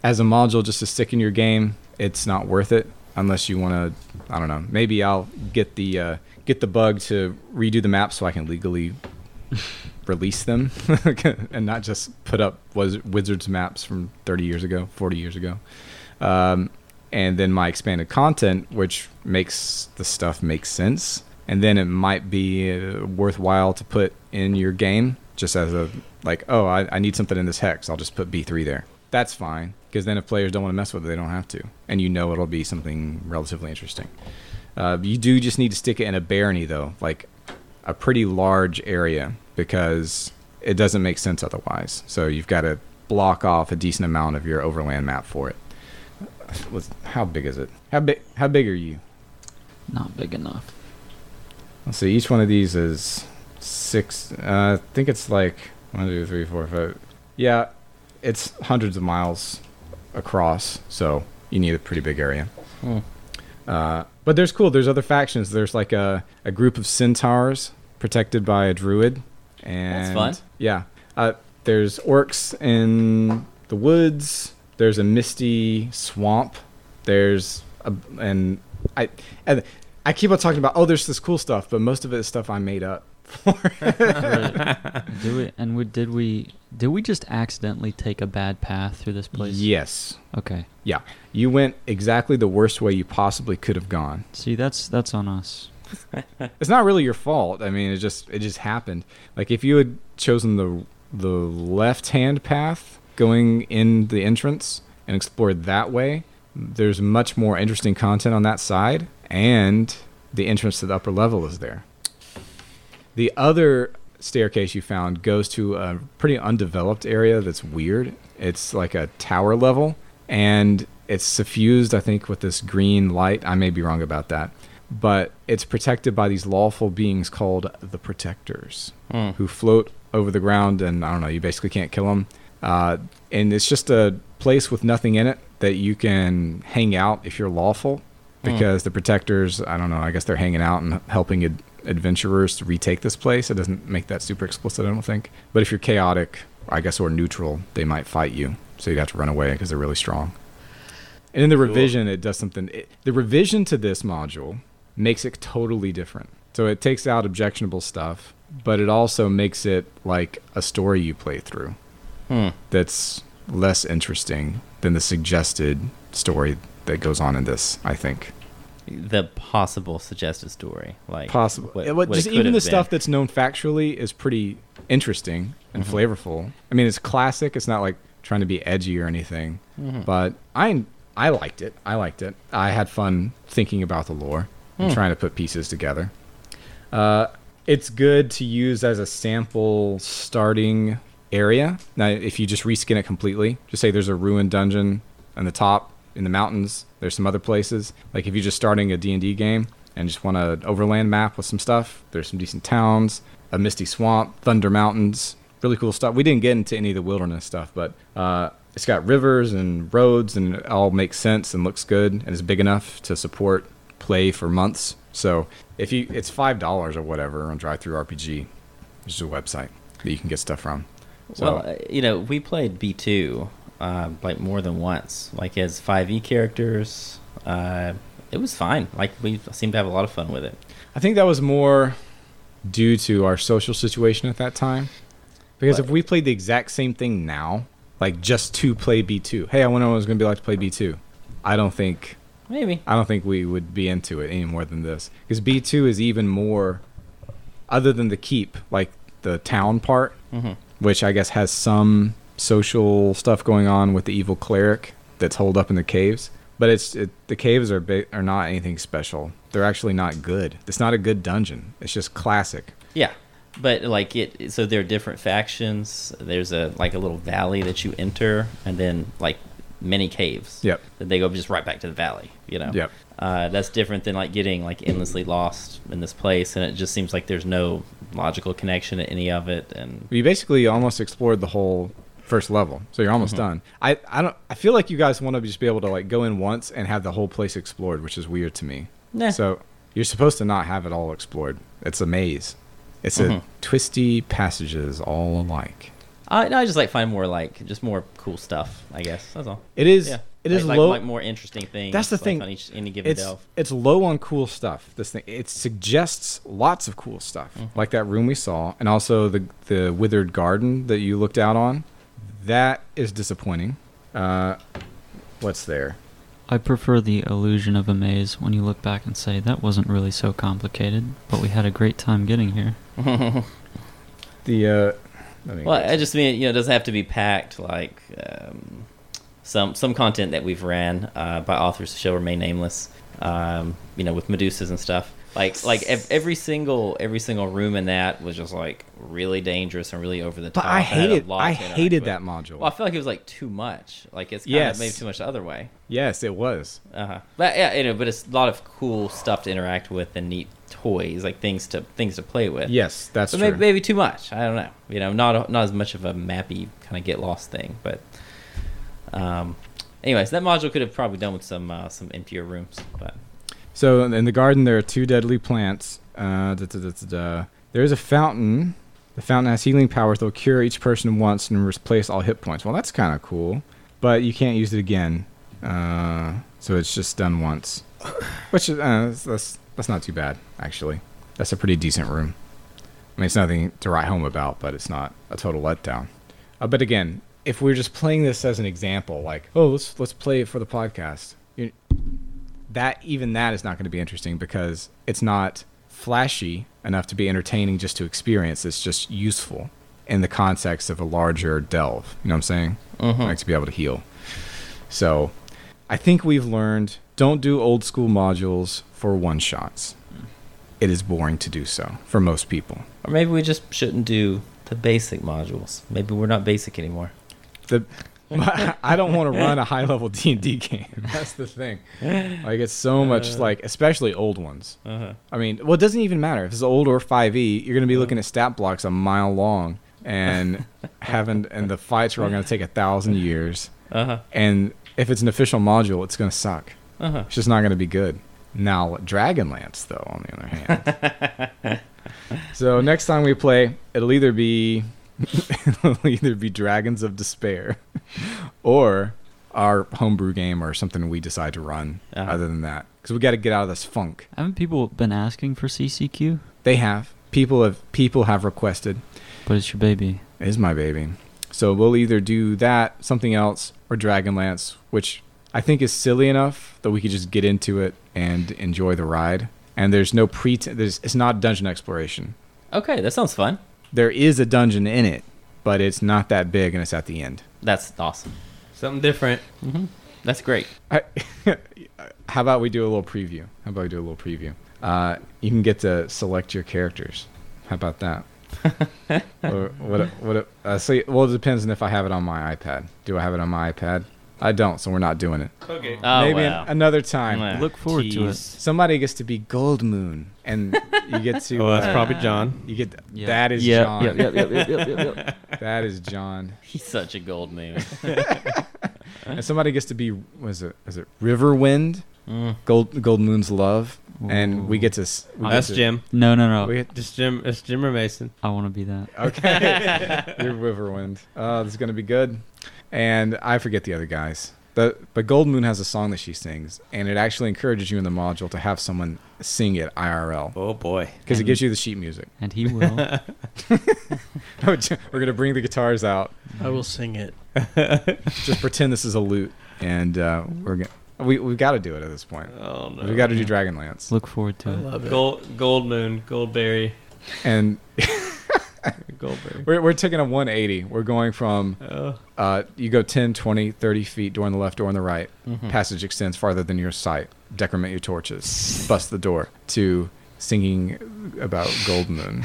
[SPEAKER 1] as a module just to stick in your game, it's not worth it unless you want to. I don't know. Maybe I'll get the uh, get the bug to redo the map so I can legally release them and not just put up was Wizards maps from 30 years ago, 40 years ago. Um, and then my expanded content, which makes the stuff make sense. And then it might be uh, worthwhile to put in your game just as a, like, oh, I, I need something in this hex. I'll just put B3 there. That's fine. Because then if players don't want to mess with it, they don't have to. And you know it'll be something relatively interesting. Uh, you do just need to stick it in a barony, though, like a pretty large area, because it doesn't make sense otherwise. So you've got to block off a decent amount of your overland map for it. Let's, how big is it? How big? How big are you?
[SPEAKER 3] Not big enough.
[SPEAKER 1] Let's see. Each one of these is six. Uh, I think it's like one, two, three, four, five. Yeah, it's hundreds of miles across, so you need a pretty big area.
[SPEAKER 5] Hmm.
[SPEAKER 1] Uh, but there's cool. There's other factions. There's like a, a group of centaurs protected by a druid, and
[SPEAKER 5] fun.
[SPEAKER 1] Yeah, uh, there's orcs in the woods. There's a misty swamp. There's a, and I and I keep on talking about oh there's this cool stuff, but most of it is stuff I made up.
[SPEAKER 3] Do it. And we, did we did we just accidentally take a bad path through this place?
[SPEAKER 1] Yes,
[SPEAKER 3] Okay.
[SPEAKER 1] you went exactly the worst way you possibly could have gone.
[SPEAKER 3] See, that's that's on us.
[SPEAKER 1] It's not really your fault. I mean, it just it just happened. Like if you had chosen the the left hand path going in the entrance and explored that way, there's much more interesting content on that side, and the entrance to the upper level is there. The other staircase you found goes to a pretty undeveloped area that's weird. It's like a tower level, and it's suffused, I think, with this green light. I may be wrong about that but it's protected by these lawful beings called the Protectors,
[SPEAKER 5] Hmm.
[SPEAKER 1] who float over the ground, and I don't know, you basically can't kill them. Uh, and it's just a place with nothing in it that you can hang out if you're lawful,
[SPEAKER 5] Hmm.
[SPEAKER 1] because the Protectors, I don't know, I guess they're hanging out and helping ad- adventurers to retake this place. It doesn't make that super explicit, I don't think. But if you're chaotic, I guess, or neutral, they might fight you, so you'd have to run away because they're really strong. And in the revision, it does something. It, the revision to this module makes it totally different. So it takes out objectionable stuff, but it also makes it like a story you play through
[SPEAKER 5] Hmm.
[SPEAKER 1] that's less interesting than the suggested story that goes on in this, I think.
[SPEAKER 5] The possible suggested story, like
[SPEAKER 1] Possible.
[SPEAKER 5] what-
[SPEAKER 1] Yeah, what-
[SPEAKER 5] what it
[SPEAKER 1] just
[SPEAKER 5] could
[SPEAKER 1] even the
[SPEAKER 5] have been. Mm-hmm.
[SPEAKER 1] stuff that's known factually is pretty interesting and flavorful. I mean, it's classic. It's not like trying to be edgy or anything,
[SPEAKER 5] Mm-hmm.
[SPEAKER 1] but I I liked it. I liked it. I had fun thinking about the lore
[SPEAKER 5] Hmm.
[SPEAKER 1] and trying to put pieces together. Uh, it's good to use as a sample starting area. Now, if you just reskin it completely, just say there's a ruined dungeon on the top in the mountains. There's some other places. Like if you're just starting a D&D game and just want an overland map with some stuff, there's some decent towns, a misty swamp, thunder mountains, really cool stuff. We didn't get into any of the wilderness stuff, but uh, it's got rivers and roads, and it all makes sense and looks good, and is big enough to support play for months. So if you, it's five dollars or whatever on Drive Through RPG, which is a website that you can get stuff from. So
[SPEAKER 5] Well, uh, you know, we played B two uh, like more than once, like as five E characters. Uh, it was fine. Like we seemed to have a lot of fun with it.
[SPEAKER 1] I think that was more due to our social situation at that time. Because if
[SPEAKER 5] Right.
[SPEAKER 1] we played the exact same thing now, like just to play B two, hey, I wonder what it was going to be like to play B two. I don't think
[SPEAKER 5] Maybe.
[SPEAKER 1] I don't think we would be into it any more than this because B two is even more, other than the keep, like the town part,
[SPEAKER 5] hmm
[SPEAKER 1] which I guess has some social stuff going on with the evil cleric that's holed up in the caves. But it's it, the caves are ba- are not anything special. They're actually not good. It's not a good dungeon. It's just classic.
[SPEAKER 5] Yeah, but like it. So there are different factions. There's a like a little valley that you enter, and then like many caves.
[SPEAKER 1] Yep.
[SPEAKER 5] Then they go just right back to the valley. You know.
[SPEAKER 1] Yep.
[SPEAKER 5] Uh, that's different than like getting like endlessly lost in this place, and it just seems like there's no logical connection to any of it, and
[SPEAKER 1] You basically almost explored the whole first level, so you're almost done. I, I don't. I feel like you guys want to just be able to like go in once and have the whole place explored, which is weird to me.
[SPEAKER 5] Nah.
[SPEAKER 1] So you're supposed to not have it all explored. It's a maze. It's
[SPEAKER 5] Mhm.
[SPEAKER 1] a twisty passages all alike.
[SPEAKER 5] I, no, I just like find more like just more cool stuff. I guess that's all.
[SPEAKER 1] It is.
[SPEAKER 5] Yeah,
[SPEAKER 1] It is
[SPEAKER 5] like, like-
[SPEAKER 1] low.
[SPEAKER 5] like, more interesting things.
[SPEAKER 1] That's the
[SPEAKER 5] like,
[SPEAKER 1] thing.
[SPEAKER 5] on each any given
[SPEAKER 1] it's
[SPEAKER 5] delve.
[SPEAKER 1] it's low on cool stuff. This thing it suggests lots of cool stuff,
[SPEAKER 5] Mm-hmm.
[SPEAKER 1] like that room we saw, and also the the withered garden that you looked out on. That is disappointing. Uh, what's there?
[SPEAKER 3] I prefer the illusion of a maze when you look back and say that wasn't really so complicated, but we had a great time getting here.
[SPEAKER 1] The uh, let me
[SPEAKER 5] Well,
[SPEAKER 1] get
[SPEAKER 5] I just mean you know it doesn't have to be packed like um, some some content that we've ran uh, by authors shall remain nameless. Um, you know, with Medusas and stuff. Like like ev- every single every single room in that was just like really dangerous and really over the top.
[SPEAKER 1] But I
[SPEAKER 5] Oh, had a
[SPEAKER 1] hated
[SPEAKER 5] lot
[SPEAKER 1] I
[SPEAKER 5] to interact
[SPEAKER 1] hated
[SPEAKER 5] with.
[SPEAKER 1] that module.
[SPEAKER 5] Well, I feel like it was like too much. Like it's kind
[SPEAKER 1] Yes.
[SPEAKER 5] of maybe too much the other way.
[SPEAKER 1] yes, it was.
[SPEAKER 5] Uh-huh. But yeah, you know, but it's a lot of cool stuff to interact with and neat toys, like things to things to play with.
[SPEAKER 1] Yes, that's
[SPEAKER 5] So
[SPEAKER 1] true.
[SPEAKER 5] maybe, maybe too much. I don't know. You know, not not as much of a mappy kind of get lost thing, but um anyways, that module could have probably done with some uh, some emptier rooms, but
[SPEAKER 1] So in the garden, there are two deadly plants. Uh, da, da, da, da, da. There is a fountain. The fountain has healing powers that will cure each person once and replace all hit points. Well, that's kind of cool, but you can't use it again. Uh, so it's just done once, which is, uh, that's- that's that's not too bad actually. That's a pretty decent room. I mean, it's nothing to write home about, but it's not a total letdown. Uh, but again, if we're just playing this as an example, like, oh, let's let's play it for the podcast. you that even that is not going to be interesting because it's not flashy enough to be entertaining just to experience. It's just useful in the context of a larger delve. You know what I'm saying?
[SPEAKER 5] Hmm.
[SPEAKER 1] Like to be able to heal. So, I think we've learned don't do old school modules for one shots. It is boring to do so for most people.
[SPEAKER 5] or maybe we just shouldn't do the basic modules. Maybe we're not basic anymore.
[SPEAKER 1] the I don't want to run a high level D and D game. That's the thing. Uh. Like it's so much like, especially old ones. I mean, well, it doesn't even matter if it's old or five E. You're going to be looking at stat blocks a mile long, and having and the fights are all going to take a thousand years.
[SPEAKER 5] Uh-huh.
[SPEAKER 1] And if it's an official module, it's going to suck.
[SPEAKER 5] Uh-huh.
[SPEAKER 1] It's just not going to be good. Now, Dragonlance, though, on the other hand. so next time we play, it'll either be it'll either be Dragons of Despair, or our homebrew game, or something we decide to run.
[SPEAKER 5] Uh-huh.
[SPEAKER 1] Other than that, because we got to get out of this funk.
[SPEAKER 3] Haven't people been asking for CCQ?
[SPEAKER 1] They have people have people have requested.
[SPEAKER 3] But it's your baby.
[SPEAKER 1] It is my baby. So we'll either do that, something else, or Dragonlance, which I think is silly enough that we could just get into it and enjoy the ride. And there's no pretense. There's, it's not dungeon exploration.
[SPEAKER 5] Okay, that sounds fun.
[SPEAKER 1] There is a dungeon in it, but it's not that big, and it's at the end.
[SPEAKER 5] That's awesome.
[SPEAKER 2] Something different.
[SPEAKER 1] Mm-hmm.
[SPEAKER 5] That's great.
[SPEAKER 1] I, how about we do a little preview? How about we do a little preview? Uh, you can get to select your characters. How about that? or what? What? Uh, see, well, it depends on if I have it on my iPad. Do I have it on my iPad? I don't, so we're not doing it.
[SPEAKER 2] Okay.
[SPEAKER 5] Oh,
[SPEAKER 1] Maybe
[SPEAKER 5] wow.
[SPEAKER 1] an- another time.
[SPEAKER 5] Wow.
[SPEAKER 3] Look forward to it.
[SPEAKER 2] Jeez.
[SPEAKER 1] Somebody gets to be Gold Moon, and you get to.
[SPEAKER 2] Well, Oh, that's
[SPEAKER 1] uh,
[SPEAKER 2] probably John.
[SPEAKER 1] You get
[SPEAKER 3] Yeah.
[SPEAKER 1] that is
[SPEAKER 3] yeah,
[SPEAKER 1] John.
[SPEAKER 3] Yeah, yeah, yeah, yeah, yeah, yeah, yeah.
[SPEAKER 1] That is John.
[SPEAKER 5] He's such a gold moon.
[SPEAKER 1] And somebody gets to be was it is it Riverwind?
[SPEAKER 5] Mm.
[SPEAKER 1] Gold Gold Moon's love, and we
[SPEAKER 3] Ooh.
[SPEAKER 1] get to. s- We
[SPEAKER 2] That's
[SPEAKER 1] get to-
[SPEAKER 2] Jim.
[SPEAKER 3] No, no, no.
[SPEAKER 1] we-
[SPEAKER 2] It's Jim. It's Jim or Mason.
[SPEAKER 3] I want to be that.
[SPEAKER 1] Okay. You're Riverwind. Uh, this is going to be good. And I forget the other guys. The, but Gold Moon has a song that she sings, and it actually encourages you in the module to have someone sing it IRL
[SPEAKER 2] Oh boy.
[SPEAKER 1] because it gives you the sheet music.
[SPEAKER 3] And he will.
[SPEAKER 1] We're going to bring the guitars out,
[SPEAKER 4] I will sing it.
[SPEAKER 1] just pretend this is a lute, and uh, we're gonna, we, we've got to do it at this point.
[SPEAKER 2] Oh no.
[SPEAKER 1] we got to do
[SPEAKER 3] yeah.
[SPEAKER 1] Dragonlance.
[SPEAKER 3] Look forward
[SPEAKER 4] I
[SPEAKER 3] to it.
[SPEAKER 4] love it.
[SPEAKER 2] Gold, Gold Moon, Goldberry,
[SPEAKER 1] And
[SPEAKER 2] Goldberry.
[SPEAKER 1] we're, we're taking a 180. We're going from
[SPEAKER 2] Oh.
[SPEAKER 1] uh, you go 10, 20, 30 feet, door on the left, door on the right.
[SPEAKER 5] Hmm.
[SPEAKER 1] Passage extends farther than your sight. Decrement your torches. Bust the door to singing about Gold Moon.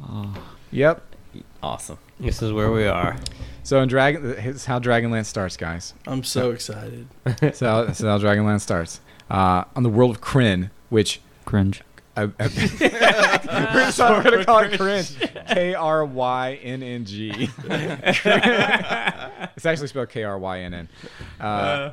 [SPEAKER 3] Oh,
[SPEAKER 1] Yep.
[SPEAKER 5] Awesome.
[SPEAKER 2] This is where we are.
[SPEAKER 1] So in Dragon, it's how Dragonlance starts, guys.
[SPEAKER 4] I'm so excited.
[SPEAKER 1] That's how, that's how Dragonlance starts. Uh, on the world of Kryn, which
[SPEAKER 3] cringe.
[SPEAKER 1] I, I, we're sorry, we're gonna call it cringe. K R Y N N G. It's actually spelled K R Y N N. Uh,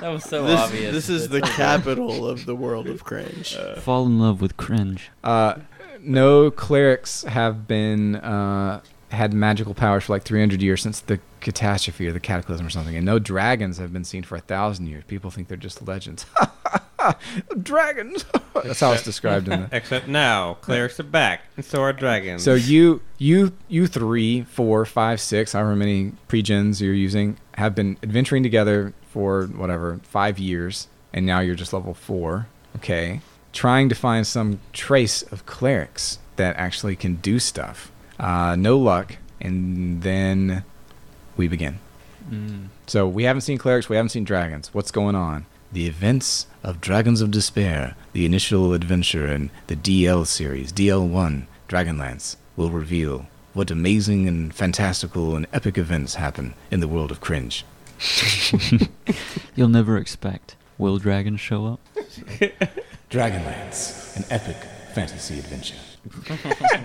[SPEAKER 5] That was so
[SPEAKER 4] this,
[SPEAKER 5] obvious.
[SPEAKER 4] this is the
[SPEAKER 5] That's so-
[SPEAKER 4] capital of the world of cringe.
[SPEAKER 3] Fall in love with cringe.
[SPEAKER 1] Uh, no clerics have been uh, had magical powers for like 300 years since the catastrophe or the cataclysm or something, and no dragons have been seen for a thousand years. People think they're just legends. dragons. That's how it's described in the.
[SPEAKER 2] Except now, clerics are back, and so are dragons.
[SPEAKER 1] So you, you, you three, four, five, six, however many pregens you're using, have been adventuring together for whatever five years, and now you're just level four. Okay, trying to find some trace of clerics that actually can do stuff. Uh, no luck, and then we begin.
[SPEAKER 3] Mm.
[SPEAKER 1] So we haven't seen clerics, we haven't seen dragons. What's going on? the events of Dragons of Despair, the initial adventure in the DL series, DL1, Dragonlance, will reveal what amazing and fantastical and epic events happen in the world of cringe.
[SPEAKER 3] You'll never expect. Will dragons show up?
[SPEAKER 1] Dragonlance, an epic fantasy adventure.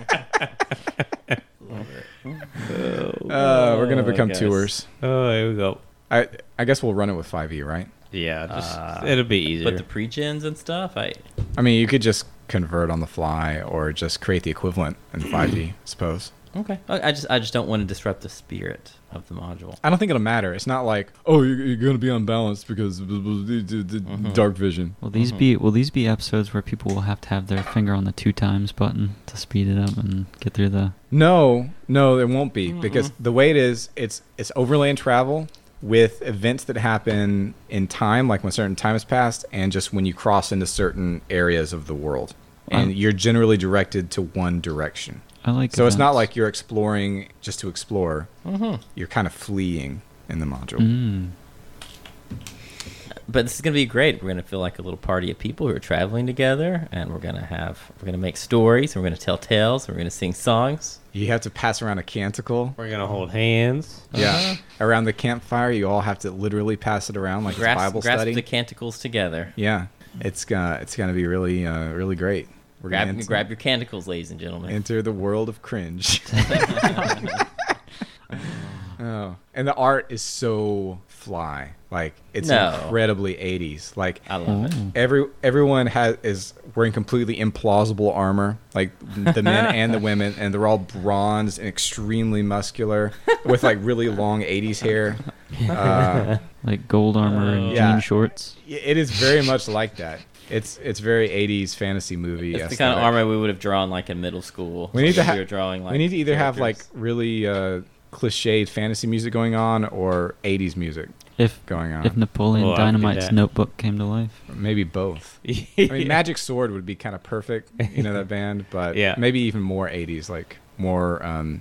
[SPEAKER 1] Uh, we're gonna
[SPEAKER 5] Oh,
[SPEAKER 1] become
[SPEAKER 5] guys.
[SPEAKER 1] tours.
[SPEAKER 2] Oh, here we go.
[SPEAKER 1] I I guess we'll run it with 5e, right?
[SPEAKER 2] Yeah, just
[SPEAKER 5] Uh,
[SPEAKER 2] it'll be easier.
[SPEAKER 5] But the pre-gens and stuff, I
[SPEAKER 1] I mean, you could just convert on the fly or just create the equivalent in 5e, I suppose.
[SPEAKER 5] okay. I I just I just don't want to disrupt the spirit of the module.
[SPEAKER 1] I don't think it'll matter. It's not like, oh, you're, you're going to be unbalanced because bl- bl- d- d- d-
[SPEAKER 5] Mhm.
[SPEAKER 1] dark vision.
[SPEAKER 3] Will these be will these be episodes where people will have to have their finger on the two times button to speed it up and get through the
[SPEAKER 1] No, no, there won't be because the way it is, it's it's overland travel with events that happen in time, like when certain time has passed, and just when you cross into certain areas of the world, and
[SPEAKER 3] Um,
[SPEAKER 1] you're generally directed to one direction.
[SPEAKER 3] I like
[SPEAKER 1] So it's not
[SPEAKER 3] events.
[SPEAKER 1] like you're exploring just to explore. You're kind of fleeing in the module.
[SPEAKER 3] mm,
[SPEAKER 5] But this is gonna be great. We're gonna feel like a little party of people who are traveling together, and we're gonna have we're gonna make stories, and we're gonna tell tales, and we're gonna sing songs.
[SPEAKER 1] You have to pass around a canticle.
[SPEAKER 2] We're gonna hold hands.
[SPEAKER 1] Yeah,
[SPEAKER 5] Uh-huh.
[SPEAKER 1] around the campfire, you all have to literally pass it around like
[SPEAKER 5] grasp
[SPEAKER 1] it's Bible
[SPEAKER 5] grasp
[SPEAKER 1] study.
[SPEAKER 5] the canticles together.
[SPEAKER 1] Yeah, it's gonna it's gonna be really uh, really great. We're
[SPEAKER 5] Grab
[SPEAKER 1] gonna enter,
[SPEAKER 5] grab your canticles, ladies and gentlemen.
[SPEAKER 1] enter the world of cringe. oh, and the art is so fly. Like it's
[SPEAKER 5] No.
[SPEAKER 1] incredibly 80s. Like
[SPEAKER 5] I love it.
[SPEAKER 3] oh.
[SPEAKER 1] every everyone has is wearing completely implausible armor, like the men and the women, and they're all bronzed and extremely muscular with like really long 80s hair. Uh,
[SPEAKER 3] like gold armor and
[SPEAKER 1] Yeah.
[SPEAKER 3] jean shorts.
[SPEAKER 1] Yeah, It is very much like that. It's it's very 80s fantasy movie.
[SPEAKER 5] It's the kind of
[SPEAKER 1] aesthetic.
[SPEAKER 5] armor we would have drawn like in middle school.
[SPEAKER 1] We need to
[SPEAKER 5] If
[SPEAKER 1] ha-
[SPEAKER 5] were drawing, like,
[SPEAKER 1] we need to either have like
[SPEAKER 5] characters.
[SPEAKER 1] really uh, cliched fantasy music going on or 80s music
[SPEAKER 3] If
[SPEAKER 1] going on.
[SPEAKER 3] if Napoleon
[SPEAKER 2] Oh, I would do
[SPEAKER 3] Dynamite's
[SPEAKER 2] that.
[SPEAKER 3] notebook came to life.
[SPEAKER 1] maybe both.
[SPEAKER 2] I
[SPEAKER 1] I mean, Magic Sword would be kind of perfect, you know that band, but
[SPEAKER 2] Yeah.
[SPEAKER 1] maybe even more 80s, like more um,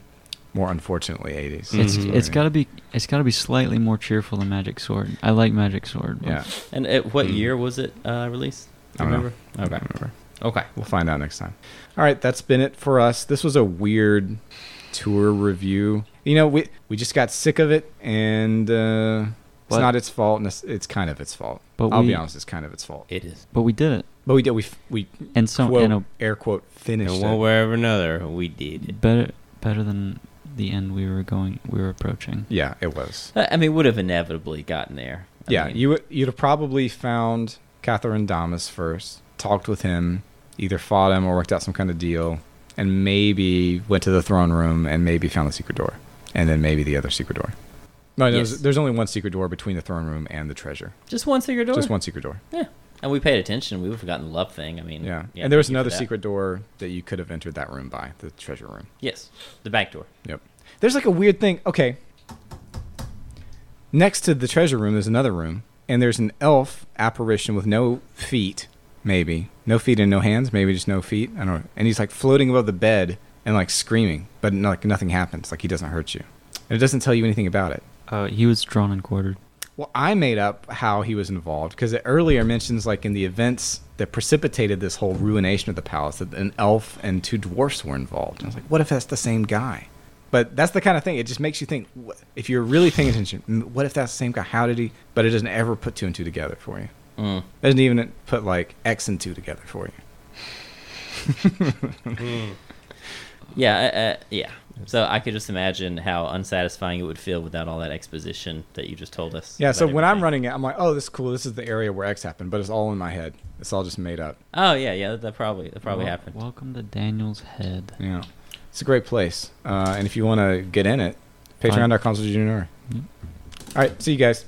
[SPEAKER 1] more unfortunately 80s.
[SPEAKER 2] Mm-hmm.
[SPEAKER 3] It's
[SPEAKER 1] You know
[SPEAKER 3] it's
[SPEAKER 1] what I
[SPEAKER 3] gotta be it's gotta be slightly more cheerful than Magic Sword. I like Magic Sword.
[SPEAKER 1] mean?
[SPEAKER 3] but
[SPEAKER 1] Yeah,
[SPEAKER 5] And at what
[SPEAKER 1] Mm.
[SPEAKER 5] year was it uh, released?
[SPEAKER 1] I don't know.
[SPEAKER 5] Okay. Okay.
[SPEAKER 1] we'll find out next time. All right, that's been it for us. This was a weird tour review. You know, we we just got sick of it, and uh, it's
[SPEAKER 3] But-
[SPEAKER 1] not its fault, and it's, it's kind of its fault.
[SPEAKER 3] But
[SPEAKER 1] I'll
[SPEAKER 3] we
[SPEAKER 1] be honest, it's kind of its fault.
[SPEAKER 5] It is.
[SPEAKER 3] but we did it.
[SPEAKER 1] But we did we f- we
[SPEAKER 3] And so
[SPEAKER 1] quote,
[SPEAKER 3] in a
[SPEAKER 1] air quote finished
[SPEAKER 2] In
[SPEAKER 1] it.
[SPEAKER 2] one way or another, we did.
[SPEAKER 3] better better than the end we were going we were approaching.
[SPEAKER 1] Yeah, it was.
[SPEAKER 5] I I mean, would have inevitably gotten there. I
[SPEAKER 1] yeah,
[SPEAKER 5] mean,
[SPEAKER 1] you would you'd have probably found Catherine Damas first, talked with him, either fought him or worked out some kind of deal, and maybe went to the throne room and maybe found the secret door, and then maybe the other secret door. No, there's,
[SPEAKER 5] Yes.
[SPEAKER 1] there's only one secret door between the throne room and the treasure.
[SPEAKER 5] just one secret door.
[SPEAKER 1] Just one secret door.
[SPEAKER 5] And we paid attention. We would have gotten the love thing. I mean,
[SPEAKER 1] Yeah. and there was
[SPEAKER 5] thank you for
[SPEAKER 1] another
[SPEAKER 5] that.
[SPEAKER 1] secret door that you could have entered that room by, the treasure room.
[SPEAKER 5] Yes, the back door.
[SPEAKER 1] Yep. There's like a weird thing. Okay. Next to the treasure room, there's another room, and there's an elf apparition with no feet, maybe. No feet and no hands, maybe just no feet. I don't know. And he's like floating above the bed and like screaming, but no, like nothing happens. Like he doesn't hurt you. And it doesn't tell you anything about it.
[SPEAKER 3] Uh, he was drawn and quartered.
[SPEAKER 1] Well, I made up how he was involved because it earlier mentions like in the events that precipitated this whole ruination of the palace that an elf and two dwarfs were involved. And I was like, what if that's the same guy? But that's the kind of thing. It just makes you think. wh- If you're really paying attention, "Mm, what if that's the same guy? How did he? But it doesn't ever put two and two together for you.
[SPEAKER 5] Mm.
[SPEAKER 1] doesn't even put like X and two together for you.
[SPEAKER 5] Yeah, uh, uh, yeah. So I could just imagine how unsatisfying it would feel without all that exposition that you just told us.
[SPEAKER 1] Yeah.
[SPEAKER 5] about
[SPEAKER 1] So when I'm
[SPEAKER 5] everything.
[SPEAKER 1] running it, I'm like, oh, this is cool. This is the area where X happened. But it's all in my head. It's all just made up.
[SPEAKER 5] Oh yeah, yeah. That probably that probably
[SPEAKER 3] Wel-
[SPEAKER 5] happened.
[SPEAKER 3] Welcome to Daniel's head.
[SPEAKER 1] Yeah. It's a great place. Uh, and if you want to get in it,
[SPEAKER 3] Fine.
[SPEAKER 1] patreon.com slash junior.
[SPEAKER 3] Yep.
[SPEAKER 1] All right. See you guys.